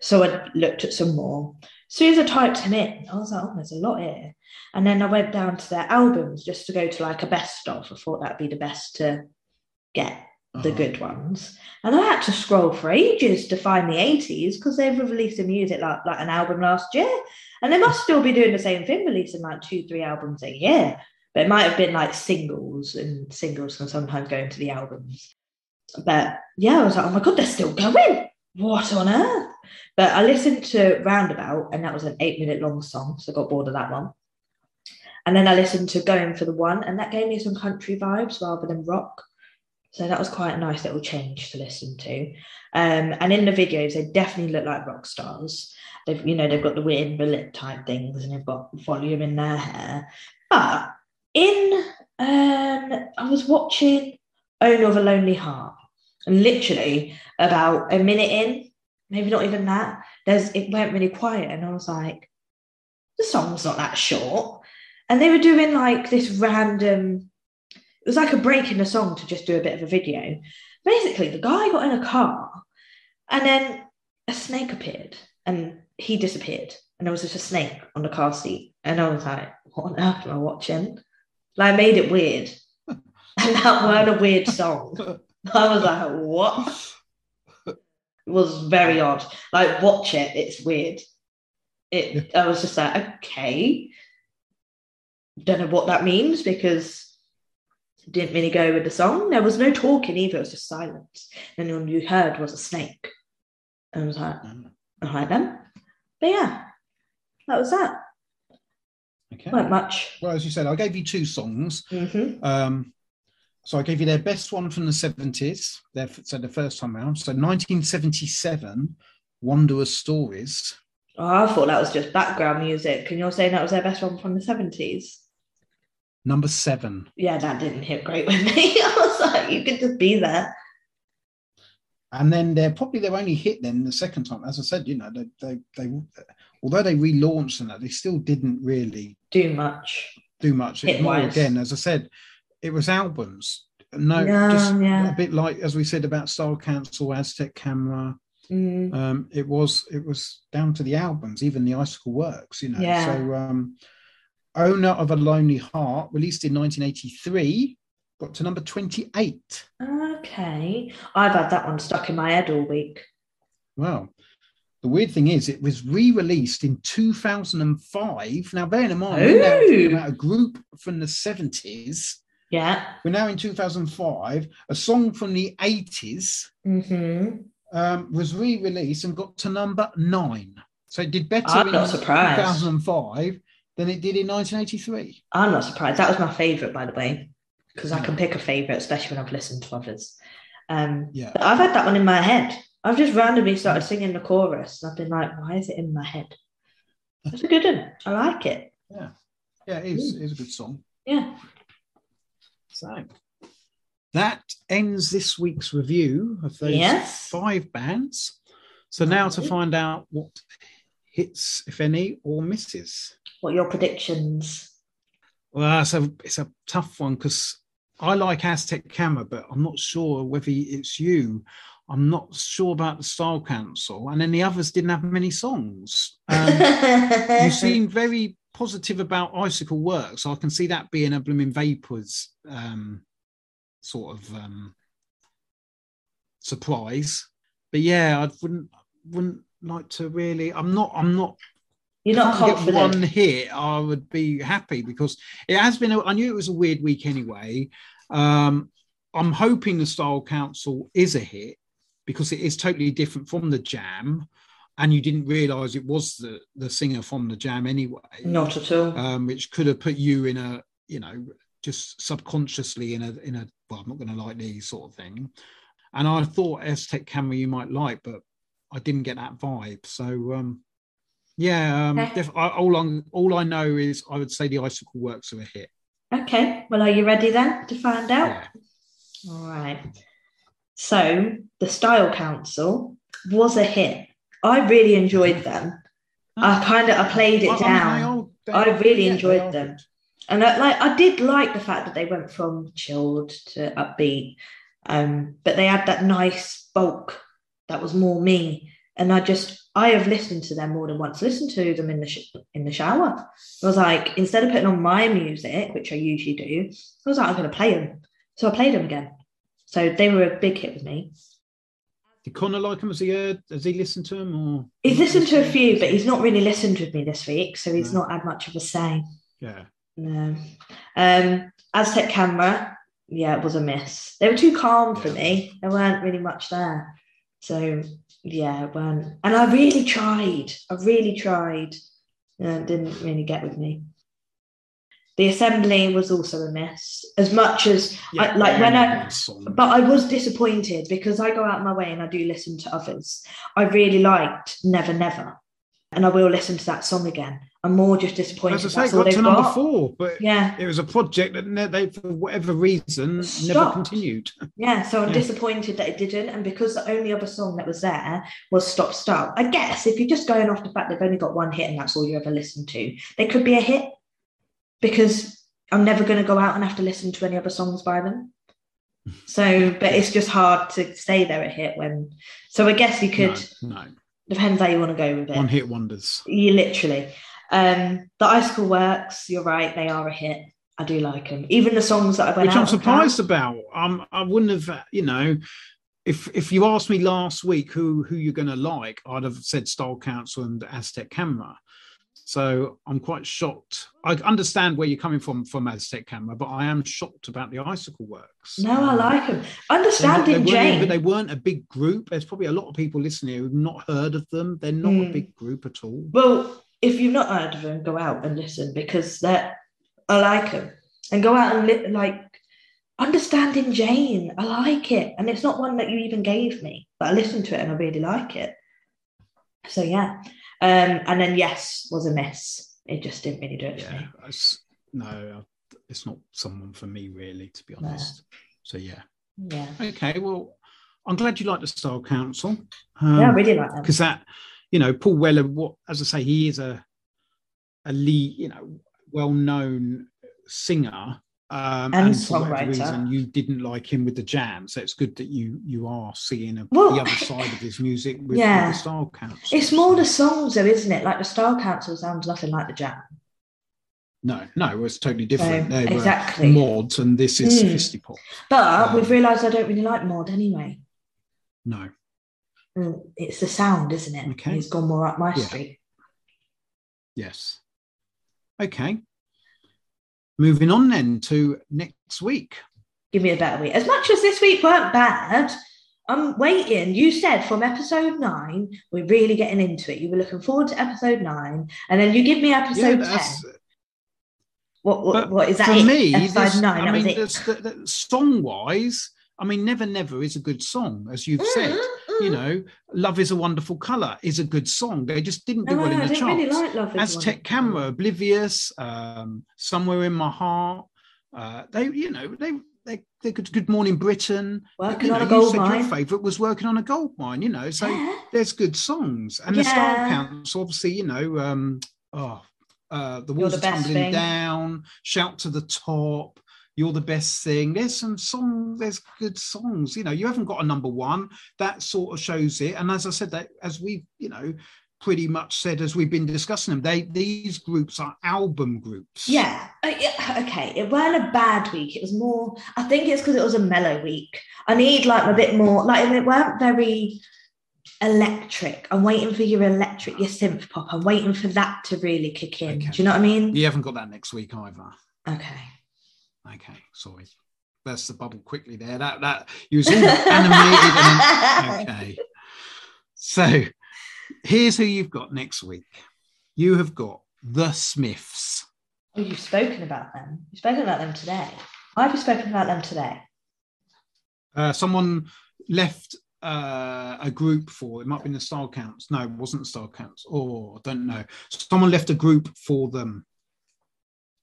Speaker 2: So I looked at some more. As soon as I typed him in, I was like, oh, there's a lot here. And then I went down to their albums just to go to like a best of. I thought that'd be the best to get the
Speaker 1: Oh.
Speaker 2: good ones. And I had to scroll for ages to find the 80s because they've released the music like, like an album last year. And they must still be doing the same thing, releasing like two, three albums a year. But it might have been like singles, and singles can sometimes go into the albums. But yeah, I was like, oh my God, they're still going. What on earth? But I listened to Roundabout, and that was an eight minute long song. So I got bored of that one. And then I listened to Going for the One, and that gave me some country vibes rather than rock. So that was quite a nice little change to listen to. Um, and in the videos, they definitely look like rock stars. They've, you know, they've got the weird bullet type things and they've got volume in their hair. But in, um, I was watching Owner of a Lonely Heart, and literally about a minute in, maybe not even that, there's it went really quiet, and I was like, the song's not that short. And they were doing like this random it was like a break in the song to just do a bit of a video. Basically, the guy got in a car and then a snake appeared and he disappeared. And there was just a snake on the car seat. And I was like, what on earth am I watching? Like, I made it weird. And that weren't a weird song. I was like, what? It was very odd. Like, watch it. It's weird. It. I was just like, okay. Don't know what that means because it didn't really go with the song. There was no talking either. It was just silence. And all you heard was a snake. And I was like,
Speaker 1: Uh,
Speaker 2: all right then. But yeah, that was that.
Speaker 1: Okay.
Speaker 2: Weren't much.
Speaker 1: Well, as you said, I gave you two songs.
Speaker 2: hmm
Speaker 1: Um, so I gave you their best one from the 70s, their, so the first time round. So 1977, Wanderer's Stories.
Speaker 2: Oh, I thought that was just background music. And you're saying that was their best one from the 70s?
Speaker 1: Number seven,
Speaker 2: yeah, that didn't hit great with me. I was like, you could just be there.
Speaker 1: and then they're probably their only hit. Then the second time, as I said, you know, they they, they although they relaunched and that, they still didn't really
Speaker 2: Do much.
Speaker 1: do much. It was more,
Speaker 2: Hit-wise.
Speaker 1: again, as I said, it was albums. No,
Speaker 2: Yeah,
Speaker 1: just
Speaker 2: yeah.
Speaker 1: a bit like as we said about Style Council, Aztec Camera,
Speaker 2: Mm.
Speaker 1: um, it was it was down to the albums, even the Icicle Works, you know.
Speaker 2: Yeah.
Speaker 1: So, um, Owner of a Lonely Heart, released in 1983, got to number 28.
Speaker 2: Okay. I've had that one stuck in my head all week.
Speaker 1: Wow. The weird thing is, it was re-released in 2005. Now, bearing in mind, we're now talking
Speaker 2: Ooh.
Speaker 1: about a group from the 70s.
Speaker 2: Yeah.
Speaker 1: We're now in 2005. A song from the 80s
Speaker 2: Mm-hmm.
Speaker 1: um, was re-released and got to number nine. So it did better
Speaker 2: I'm
Speaker 1: in
Speaker 2: not surprised.
Speaker 1: 2005 than it did in 1983.
Speaker 2: I'm not surprised. That was my favourite, by the way, because I
Speaker 1: Mm.
Speaker 2: can pick a favourite, especially when I've listened to others. Um,
Speaker 1: Yeah.
Speaker 2: but I've had that one in my head. I've just randomly started singing the chorus. And I've been like, why is it in my head? That's a good one. I like it.
Speaker 1: Yeah, it is, it is a good song.
Speaker 2: Yeah.
Speaker 1: So that ends this week's review of those
Speaker 2: Yes.
Speaker 1: five bands. So now to
Speaker 2: Alright.
Speaker 1: find out what hits, if any, or misses.
Speaker 2: What are your predictions?
Speaker 1: Well, that's a, it's a tough one because I like Aztec Camera, but I'm not sure whether it's you. I'm not sure about the Style Council, and then the others didn't have many songs. Um, you seem very positive about icicle work so i can see that being a blooming vapors um sort of um surprise but yeah i wouldn't wouldn't like to really i'm not i'm not
Speaker 2: You're not
Speaker 1: if I could get
Speaker 2: confident.
Speaker 1: one hit i would be happy because it has been a, i knew it was a weird week anyway um i'm hoping the style council is a hit because it is totally different from the jam and you didn't realise it was the the singer from the Jam anyway.
Speaker 2: Not at all.
Speaker 1: um, which could have put you in a you know just subconsciously in a in a well I'm not going to like these sort of thing. And I thought Aztec camera you might like, but I didn't get that vibe. So um, yeah, um,
Speaker 2: Okay.
Speaker 1: def- I, all I all I know is I would say the icicle works are a hit.
Speaker 2: Okay. Well, are you ready then to find out?
Speaker 1: Yeah.
Speaker 2: All right. So the Style Council was a hit. I really enjoyed them. I kind of I played
Speaker 1: I-
Speaker 2: it
Speaker 1: I mean, they
Speaker 2: down,
Speaker 1: are- they
Speaker 2: I
Speaker 1: are-
Speaker 2: really
Speaker 1: yeah, they
Speaker 2: enjoyed
Speaker 1: are
Speaker 2: them.
Speaker 1: good.
Speaker 2: and I, like I did like the fact that they went from chilled to upbeat, um, but they had that nice bulk that was more me. And I just I have listened to them more than once. Listened to them in the sh- in the shower. I was like, instead of putting on my music, which I usually do, I was like, I'm going to play them. So I played them again. So they were a big hit with me.
Speaker 1: Did Connor like him? Has he heard? Has he listened to him? Or
Speaker 2: He's listened to a few, but he's not really listened with me this week, so he's
Speaker 1: No.
Speaker 2: not had much of a say.
Speaker 1: yeah.
Speaker 2: No. Um, Aztec Camera, yeah, it was a miss. They were too calm for
Speaker 1: Yeah.
Speaker 2: me. There weren't really much there. So yeah, it weren't. And I really tried. I really tried. Uh, didn't really get with me. The assembly was also a miss. As much as
Speaker 1: Yeah,
Speaker 2: like,
Speaker 1: they
Speaker 2: when
Speaker 1: only
Speaker 2: I-
Speaker 1: had songs.
Speaker 2: but I was disappointed because I go out my way and I do listen to others. I really liked Never Never, and I will listen to that song again. I'm more just disappointed.
Speaker 1: as I say,
Speaker 2: that's
Speaker 1: it got
Speaker 2: all they've
Speaker 1: to number
Speaker 2: got.
Speaker 1: four, but
Speaker 2: Yeah,
Speaker 1: it was a project that ne- they, for whatever reason, never
Speaker 2: Stopped.
Speaker 1: continued.
Speaker 2: yeah. So I'm
Speaker 1: Yeah.
Speaker 2: disappointed that it didn't, and because the only other song that was there was Stop Start. I guess if you're just going off the fact they've only got one hit and that's all you ever listen to, they could be a hit because I'm never going to go out and have to listen to any other songs by them. So, but it's just hard to say they're a hit when. So I guess you could.
Speaker 1: No, no.
Speaker 2: depends how you want to go with it.
Speaker 1: one hit wonders.
Speaker 2: You literally. Um, the Icicle Works, you're right, they are a hit. I do like them. Even the songs that I went
Speaker 1: Which
Speaker 2: out
Speaker 1: I'm
Speaker 2: and
Speaker 1: surprised
Speaker 2: found-
Speaker 1: about. Um, I wouldn't have, uh, you know, if if you asked me last week who who you're going to like, I'd have said Style Council and Aztec Camera. So I'm quite shocked. I understand where you're coming from from Aztec Camera, but I am shocked about the Icicle Works.
Speaker 2: No, I
Speaker 1: Um,
Speaker 2: like them.
Speaker 1: They're not-
Speaker 2: Understanding
Speaker 1: they weren't- But
Speaker 2: Jane.
Speaker 1: they weren't a big group. There's probably a lot of people listening who've not heard of them. They're not a
Speaker 2: Hmm.
Speaker 1: big group at all.
Speaker 2: Well, if you've not heard of them, go out and listen because they're, I like them. And go out and li- like Understanding Jane. I like it. And it's not one that you even gave me, but I listened to it and I really like it. So, yeah. Um, and then Yes was a miss. It just didn't really do it for me.
Speaker 1: Yeah, it's, no, it's not someone for me really, to be
Speaker 2: No.
Speaker 1: honest. So yeah,
Speaker 2: Yeah.
Speaker 1: okay. Well, I'm glad you like the Style Council
Speaker 2: yeah, I
Speaker 1: because
Speaker 2: really like them.
Speaker 1: that, you know, Paul Weller. What as I say, he is a a lead, you know, well-known singer. Um,
Speaker 2: And
Speaker 1: for whatever
Speaker 2: songwriter.
Speaker 1: reason, you didn't like him with the jam, so it's good that you you are seeing a,
Speaker 2: Well,
Speaker 1: the other side of his music with, with
Speaker 2: Yeah.
Speaker 1: the Style Council.
Speaker 2: It's more the songs, though, isn't it? Like the Style Council sounds nothing like the Jam.
Speaker 1: no, no, it's totally
Speaker 2: So,
Speaker 1: different. they were
Speaker 2: exactly.
Speaker 1: mods, and this is
Speaker 2: Mm.
Speaker 1: sophisticop.
Speaker 2: But we've
Speaker 1: Um,
Speaker 2: realised I don't really like mod anyway.
Speaker 1: No.
Speaker 2: Mm, It's the sound, isn't it?
Speaker 1: Okay.
Speaker 2: It's gone more up my
Speaker 1: Yeah.
Speaker 2: street.
Speaker 1: Yes. Okay. Moving on then to next week.
Speaker 2: Give me a better week. As much as this week weren't bad, I'm waiting. You said from episode nine, we're really getting into it. You were looking forward to episode nine, and then you give me episode ten.
Speaker 1: that's-
Speaker 2: What, what,
Speaker 1: but
Speaker 2: what is that?
Speaker 1: for
Speaker 2: it?
Speaker 1: me, this-
Speaker 2: episode nine.
Speaker 1: I
Speaker 2: that
Speaker 1: mean,
Speaker 2: was it.
Speaker 1: song wise, I mean, Never Never is a good song, as you've said.
Speaker 2: Mm, mm.
Speaker 1: You know, Love is a Wonderful Color is a good song. They just didn't do
Speaker 2: mm-hmm. No,
Speaker 1: well in
Speaker 2: Oh, I
Speaker 1: the
Speaker 2: didn't really
Speaker 1: charts.
Speaker 2: like Love is
Speaker 1: Aztec
Speaker 2: Wonderful.
Speaker 1: Camera, Oblivious, um, Somewhere in My Heart. Uh, they, you know, they, they, they could Good Morning Britain.
Speaker 2: Working
Speaker 1: you
Speaker 2: on
Speaker 1: know,
Speaker 2: a
Speaker 1: you
Speaker 2: gold
Speaker 1: said
Speaker 2: mine.
Speaker 1: your favourite was working on a gold mine, you know. So
Speaker 2: Yeah.
Speaker 1: there's good songs. And the
Speaker 2: Yeah.
Speaker 1: Style Council, obviously, you know, um, oh, uh, The Walls
Speaker 2: the
Speaker 1: Are
Speaker 2: Best
Speaker 1: Tumbling
Speaker 2: Thing.
Speaker 1: Down, Shout to the Top, You're the Best Thing. There's some song, there's good songs. You know, you haven't got a number one. That sort of shows it. And as I said, that as we, you know, pretty much said as we've been discussing them, they these groups are album groups.
Speaker 2: Yeah. Uh, yeah. Okay. It weren't a bad week. It was more, I think it's because it was a mellow week. I need like a bit more, like it weren't very electric. I'm waiting for your electric, your synth pop. I'm waiting for that to really kick in.
Speaker 1: Okay.
Speaker 2: Do you know what I mean?
Speaker 1: You haven't got that next week either.
Speaker 2: Okay.
Speaker 1: Okay, sorry. That's the bubble quickly there. That that you was all animated and okay. So Here's who you've got next week. You have got the Smiths.
Speaker 2: Oh, you've spoken about them. You've spoken about them today. I've spoken about them today.
Speaker 1: Uh, someone left uh, a group for it might have been the Style Counts. No, it wasn't the Style Counts. Or I don't know. Someone left a group for them.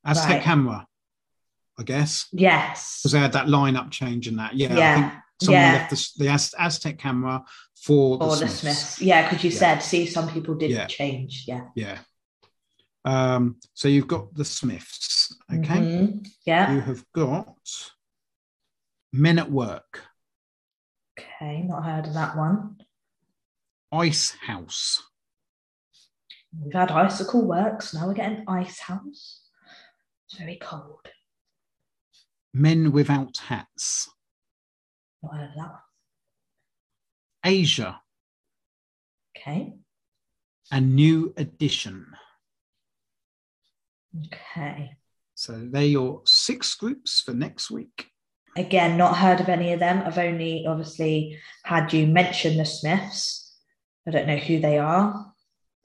Speaker 1: Aztec
Speaker 2: Right.
Speaker 1: Camera, I guess,
Speaker 2: Yes.
Speaker 1: because they had that lineup change and that. Yeah, I think
Speaker 2: yeah.
Speaker 1: someone
Speaker 2: Yeah.
Speaker 1: left the, s- the Az- Aztec Camera for
Speaker 2: Or the Smiths. Yeah, because you
Speaker 1: Yeah.
Speaker 2: said, see, some people did
Speaker 1: Yeah.
Speaker 2: change. Yeah.
Speaker 1: Yeah. Um, so you've got the Smiths. Okay.
Speaker 2: Mhm. Yeah.
Speaker 1: You have got Men at Work,
Speaker 2: Okay. Not heard of that one.
Speaker 1: Ice House,
Speaker 2: We've had icicle works. Now we're getting ice house. It's very cold.
Speaker 1: Men Without Hats,
Speaker 2: Not heard of that one.
Speaker 1: Asia,
Speaker 2: Okay.
Speaker 1: and New Edition.
Speaker 2: Okay.
Speaker 1: So they're your six groups for next week.
Speaker 2: Again, not heard of any of them. I've only obviously had you mention the Smiths. I don't know who they are,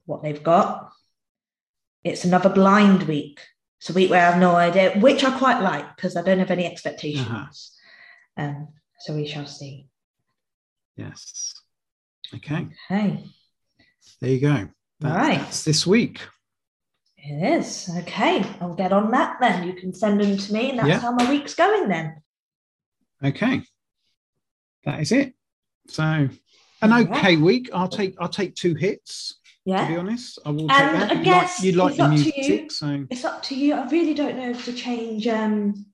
Speaker 2: what they've got. It's another blind week. It's a week where I have no idea, which I quite like because I don't have any expectations. Um, so we shall see.
Speaker 1: Yes. Okay.
Speaker 2: Okay.
Speaker 1: There you go. That-
Speaker 2: Right.
Speaker 1: That's this week.
Speaker 2: It is. Okay. I'll get on that then. You can send them to me, and that's
Speaker 1: Yeah.
Speaker 2: how my week's going then.
Speaker 1: Okay. That is it. So an
Speaker 2: All right.
Speaker 1: okay week. I'll take I'll take two hits. to be
Speaker 2: Yeah.
Speaker 1: honest. I will take
Speaker 2: And
Speaker 1: that.
Speaker 2: I
Speaker 1: you
Speaker 2: guess
Speaker 1: like, you like
Speaker 2: it's
Speaker 1: the
Speaker 2: up to
Speaker 1: music,
Speaker 2: you.
Speaker 1: so
Speaker 2: It's up to you. I really don't know if to change um,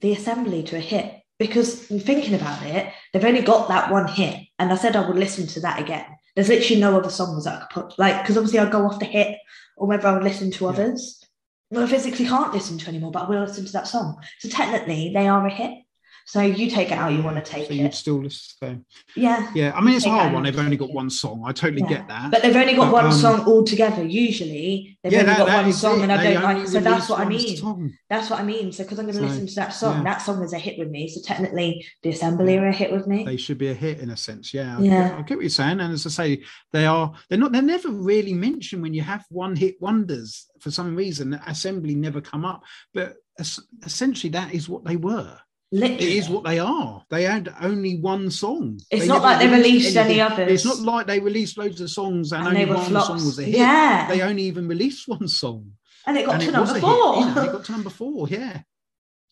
Speaker 2: the assembly to a hit because I'm thinking about it, they've only got that one hit. And I said I would listen to that again. There's literally no other songs that I could put, like, because obviously I go off the hit or whether I would listen to
Speaker 1: Yeah.
Speaker 2: others. Well, I physically can't listen to anymore, but I will listen to that song. So technically, they are a hit. So you take it how you want to take
Speaker 1: so you'd
Speaker 2: it.
Speaker 1: still listen. So,
Speaker 2: Yeah.
Speaker 1: yeah, I mean it's a
Speaker 2: Take
Speaker 1: hard
Speaker 2: that
Speaker 1: one.
Speaker 2: and-
Speaker 1: They've only got one song. I totally
Speaker 2: Yeah.
Speaker 1: get that.
Speaker 2: But they've only got
Speaker 1: But,
Speaker 2: one
Speaker 1: um,
Speaker 2: song altogether. Usually, they've only got one
Speaker 1: is
Speaker 2: song,
Speaker 1: it.
Speaker 2: and I
Speaker 1: They
Speaker 2: don't like.
Speaker 1: only
Speaker 2: So that's
Speaker 1: release
Speaker 2: what I
Speaker 1: one
Speaker 2: mean.
Speaker 1: song.
Speaker 2: That's what I mean. So because I'm going to
Speaker 1: So,
Speaker 2: listen to that song,
Speaker 1: yeah.
Speaker 2: that song is a hit with me. So technically, the assembly are a hit with me.
Speaker 1: They should be a hit in a sense. Yeah, I,
Speaker 2: Yeah.
Speaker 1: Get, I get what you're saying. And as I say, they are. They're not. They're never really mentioned when you have one hit wonders for some reason. The assembly never come up, but es- essentially that is what they were. It
Speaker 2: Literally,
Speaker 1: is what they are. They had only one song.
Speaker 2: It's not
Speaker 1: never
Speaker 2: like they released any
Speaker 1: anything.
Speaker 2: others.
Speaker 1: It's not like they released loads of songs and,
Speaker 2: and they
Speaker 1: only
Speaker 2: were
Speaker 1: one
Speaker 2: flops.
Speaker 1: song was a hit.
Speaker 2: Yeah,
Speaker 1: They only even released one song.
Speaker 2: and it
Speaker 1: and
Speaker 2: got to
Speaker 1: it was
Speaker 2: number
Speaker 1: a hit,
Speaker 2: four.
Speaker 1: you know, it got to number four, yeah.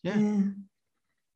Speaker 1: yeah.
Speaker 2: Yeah.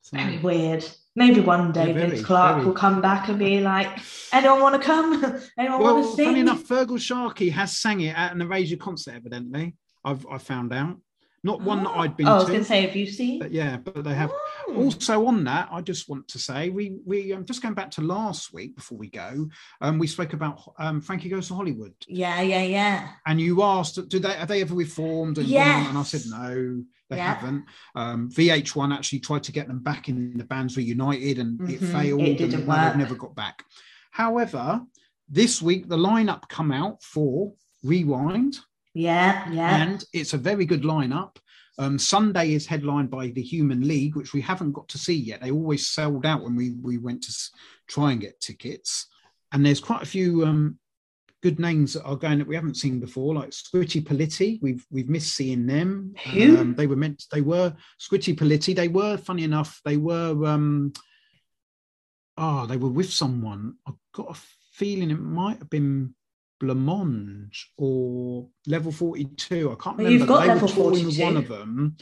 Speaker 1: So,
Speaker 2: Very weird. Maybe one day
Speaker 1: Yeah, very,
Speaker 2: Vince Clark
Speaker 1: very.
Speaker 2: will come back and be like, "Anyone want to come? Anyone
Speaker 1: well,
Speaker 2: want to sing?"
Speaker 1: funny enough, Fergal Sharkey has sang it at an Erasure concert, evidently. I've I found out. Not one that I'd been
Speaker 2: Oh, I was
Speaker 1: to.
Speaker 2: going to say, have you seen?
Speaker 1: But yeah, but they have
Speaker 2: Oh.
Speaker 1: Also, on that, I just want to say we we um, just going back to last week before we go. Um, we spoke about um, Frankie Goes to Hollywood,
Speaker 2: Yeah, yeah, yeah.
Speaker 1: and you asked, "Do they have they ever reformed?" And, gone on? and I
Speaker 2: Yes.
Speaker 1: said, "No, they
Speaker 2: Yeah.
Speaker 1: haven't." Um, VH1 actually tried to get them back in the bands reunited, and it
Speaker 2: Mhm,
Speaker 1: failed.
Speaker 2: it didn't
Speaker 1: and They've
Speaker 2: work.
Speaker 1: never got back. However, this week the lineup come out for Rewind,
Speaker 2: Yeah, yeah.
Speaker 1: and it's a very good lineup. Um, Sunday is headlined by the Human League, which we haven't got to see yet. They always sold out when we we went to s- try and get tickets. And there's quite a few um, good names that are going that we haven't seen before, like Squitty Politti. We've we've missed seeing them.
Speaker 2: Who?
Speaker 1: Um, they were meant. They were Squitty Politti. They were funny enough. They were. Um, oh, they were with someone. I've got a feeling it might have been Blancmange or Level 42. I can't
Speaker 2: Well,
Speaker 1: remember.
Speaker 2: you've got
Speaker 1: they
Speaker 2: Level
Speaker 1: were touring with
Speaker 2: 42.
Speaker 1: one of them.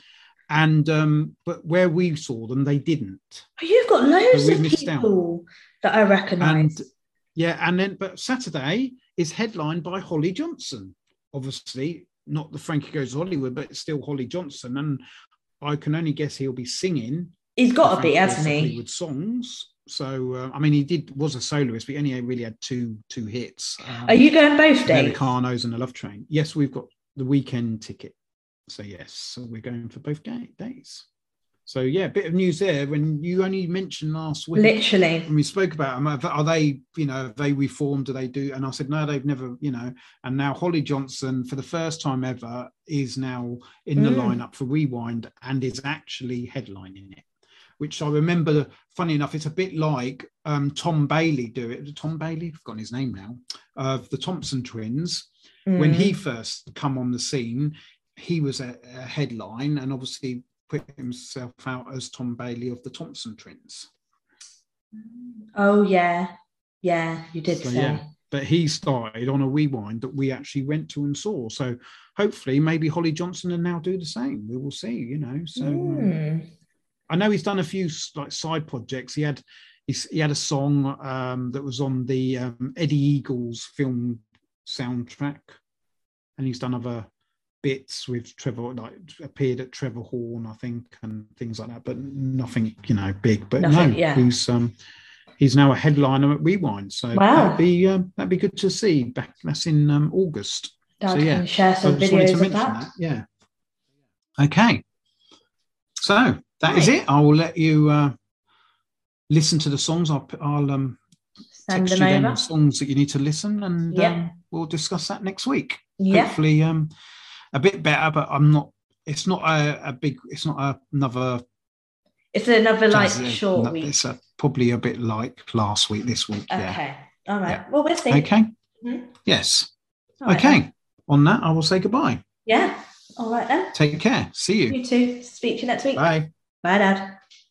Speaker 1: And um, but where we saw them, they didn't.
Speaker 2: Oh, You've got loads
Speaker 1: we've
Speaker 2: of
Speaker 1: missed out.
Speaker 2: people that I recognise.
Speaker 1: And yeah, and then but Saturday is headlined by Holly Johnson. Obviously, not the Frankie Goes to Hollywood, but it's still Holly Johnson. And I can only guess he'll be singing
Speaker 2: He's got to
Speaker 1: Frankie
Speaker 2: be,
Speaker 1: Goes to
Speaker 2: hasn't he?
Speaker 1: Hollywood songs. So uh, I mean, he did was a soloist, but he only really had two two hits. Um,
Speaker 2: Are you going both days?
Speaker 1: Americanos and a love train. Yes, we've got the weekend ticket. So yes, so we're going for both ga- days. So yeah, bit of news there. When you only mentioned last week
Speaker 2: Literally.
Speaker 1: when we spoke about them, are are they, you know, have they reformed? Do they do? And I said, no, they've never, you know. And now Holly Johnson, for the first time ever, is now in the
Speaker 2: Mm.
Speaker 1: lineup for Rewind and is actually headlining it. which I remember, funny enough, it's a bit like um, Tom Bailey do it. Tom Bailey, I've forgotten his name now, of the Thompson twins.
Speaker 2: Mm.
Speaker 1: When he first come on the scene, he was a, a headline and obviously put himself out as Tom Bailey of the Thompson twins.
Speaker 2: Oh yeah, yeah, you did
Speaker 1: So,
Speaker 2: say.
Speaker 1: yeah. But he started on a rewind that we actually went to and saw. So hopefully, maybe Holly Johnson and now do the same. We will see, you know. So um,
Speaker 2: Mm.
Speaker 1: I know he's done a few s- like side projects. He had he, s- he had a song um, that was on the um, Eddie Eagles film soundtrack, and he's done other bits with Trevor, like appeared at Trevor Horn, I think, and things like that. But nothing, you know, big. But
Speaker 2: Nothing,
Speaker 1: no,
Speaker 2: yeah.
Speaker 1: he's um, he's now a headliner at Rewind, so
Speaker 2: Wow.
Speaker 1: that'd be um, that'd be good to see. Back that's in um, August.
Speaker 2: Dad
Speaker 1: so, yeah.
Speaker 2: can share
Speaker 1: So I
Speaker 2: some
Speaker 1: just wanted
Speaker 2: Uh, videos
Speaker 1: to
Speaker 2: of
Speaker 1: mention
Speaker 2: that.
Speaker 1: that. Yeah. Okay. So that is
Speaker 2: Right.
Speaker 1: it. I will let you uh, listen to the songs. I'll, p- I'll um,
Speaker 2: Send
Speaker 1: text
Speaker 2: them
Speaker 1: you down
Speaker 2: over.
Speaker 1: the songs that you need to listen, and
Speaker 2: Yeah.
Speaker 1: um, we'll discuss that next week.
Speaker 2: Yeah.
Speaker 1: Hopefully, um, a bit better. But I'm not. It's not a, a big. It's not a, another.
Speaker 2: It's another like
Speaker 1: jazz-
Speaker 2: short
Speaker 1: no,
Speaker 2: week.
Speaker 1: It's a, probably a bit like last week. This week. Yeah.
Speaker 2: Okay. All right.
Speaker 1: Yeah.
Speaker 2: Well, we'll see.
Speaker 1: Okay.
Speaker 2: Mhm.
Speaker 1: Yes.
Speaker 2: All right
Speaker 1: okay.
Speaker 2: then.
Speaker 1: On that, I will say goodbye.
Speaker 2: Yeah. All right then.
Speaker 1: Take care. See you.
Speaker 2: You too. Speak to you next week.
Speaker 1: Bye.
Speaker 2: Bye Dad.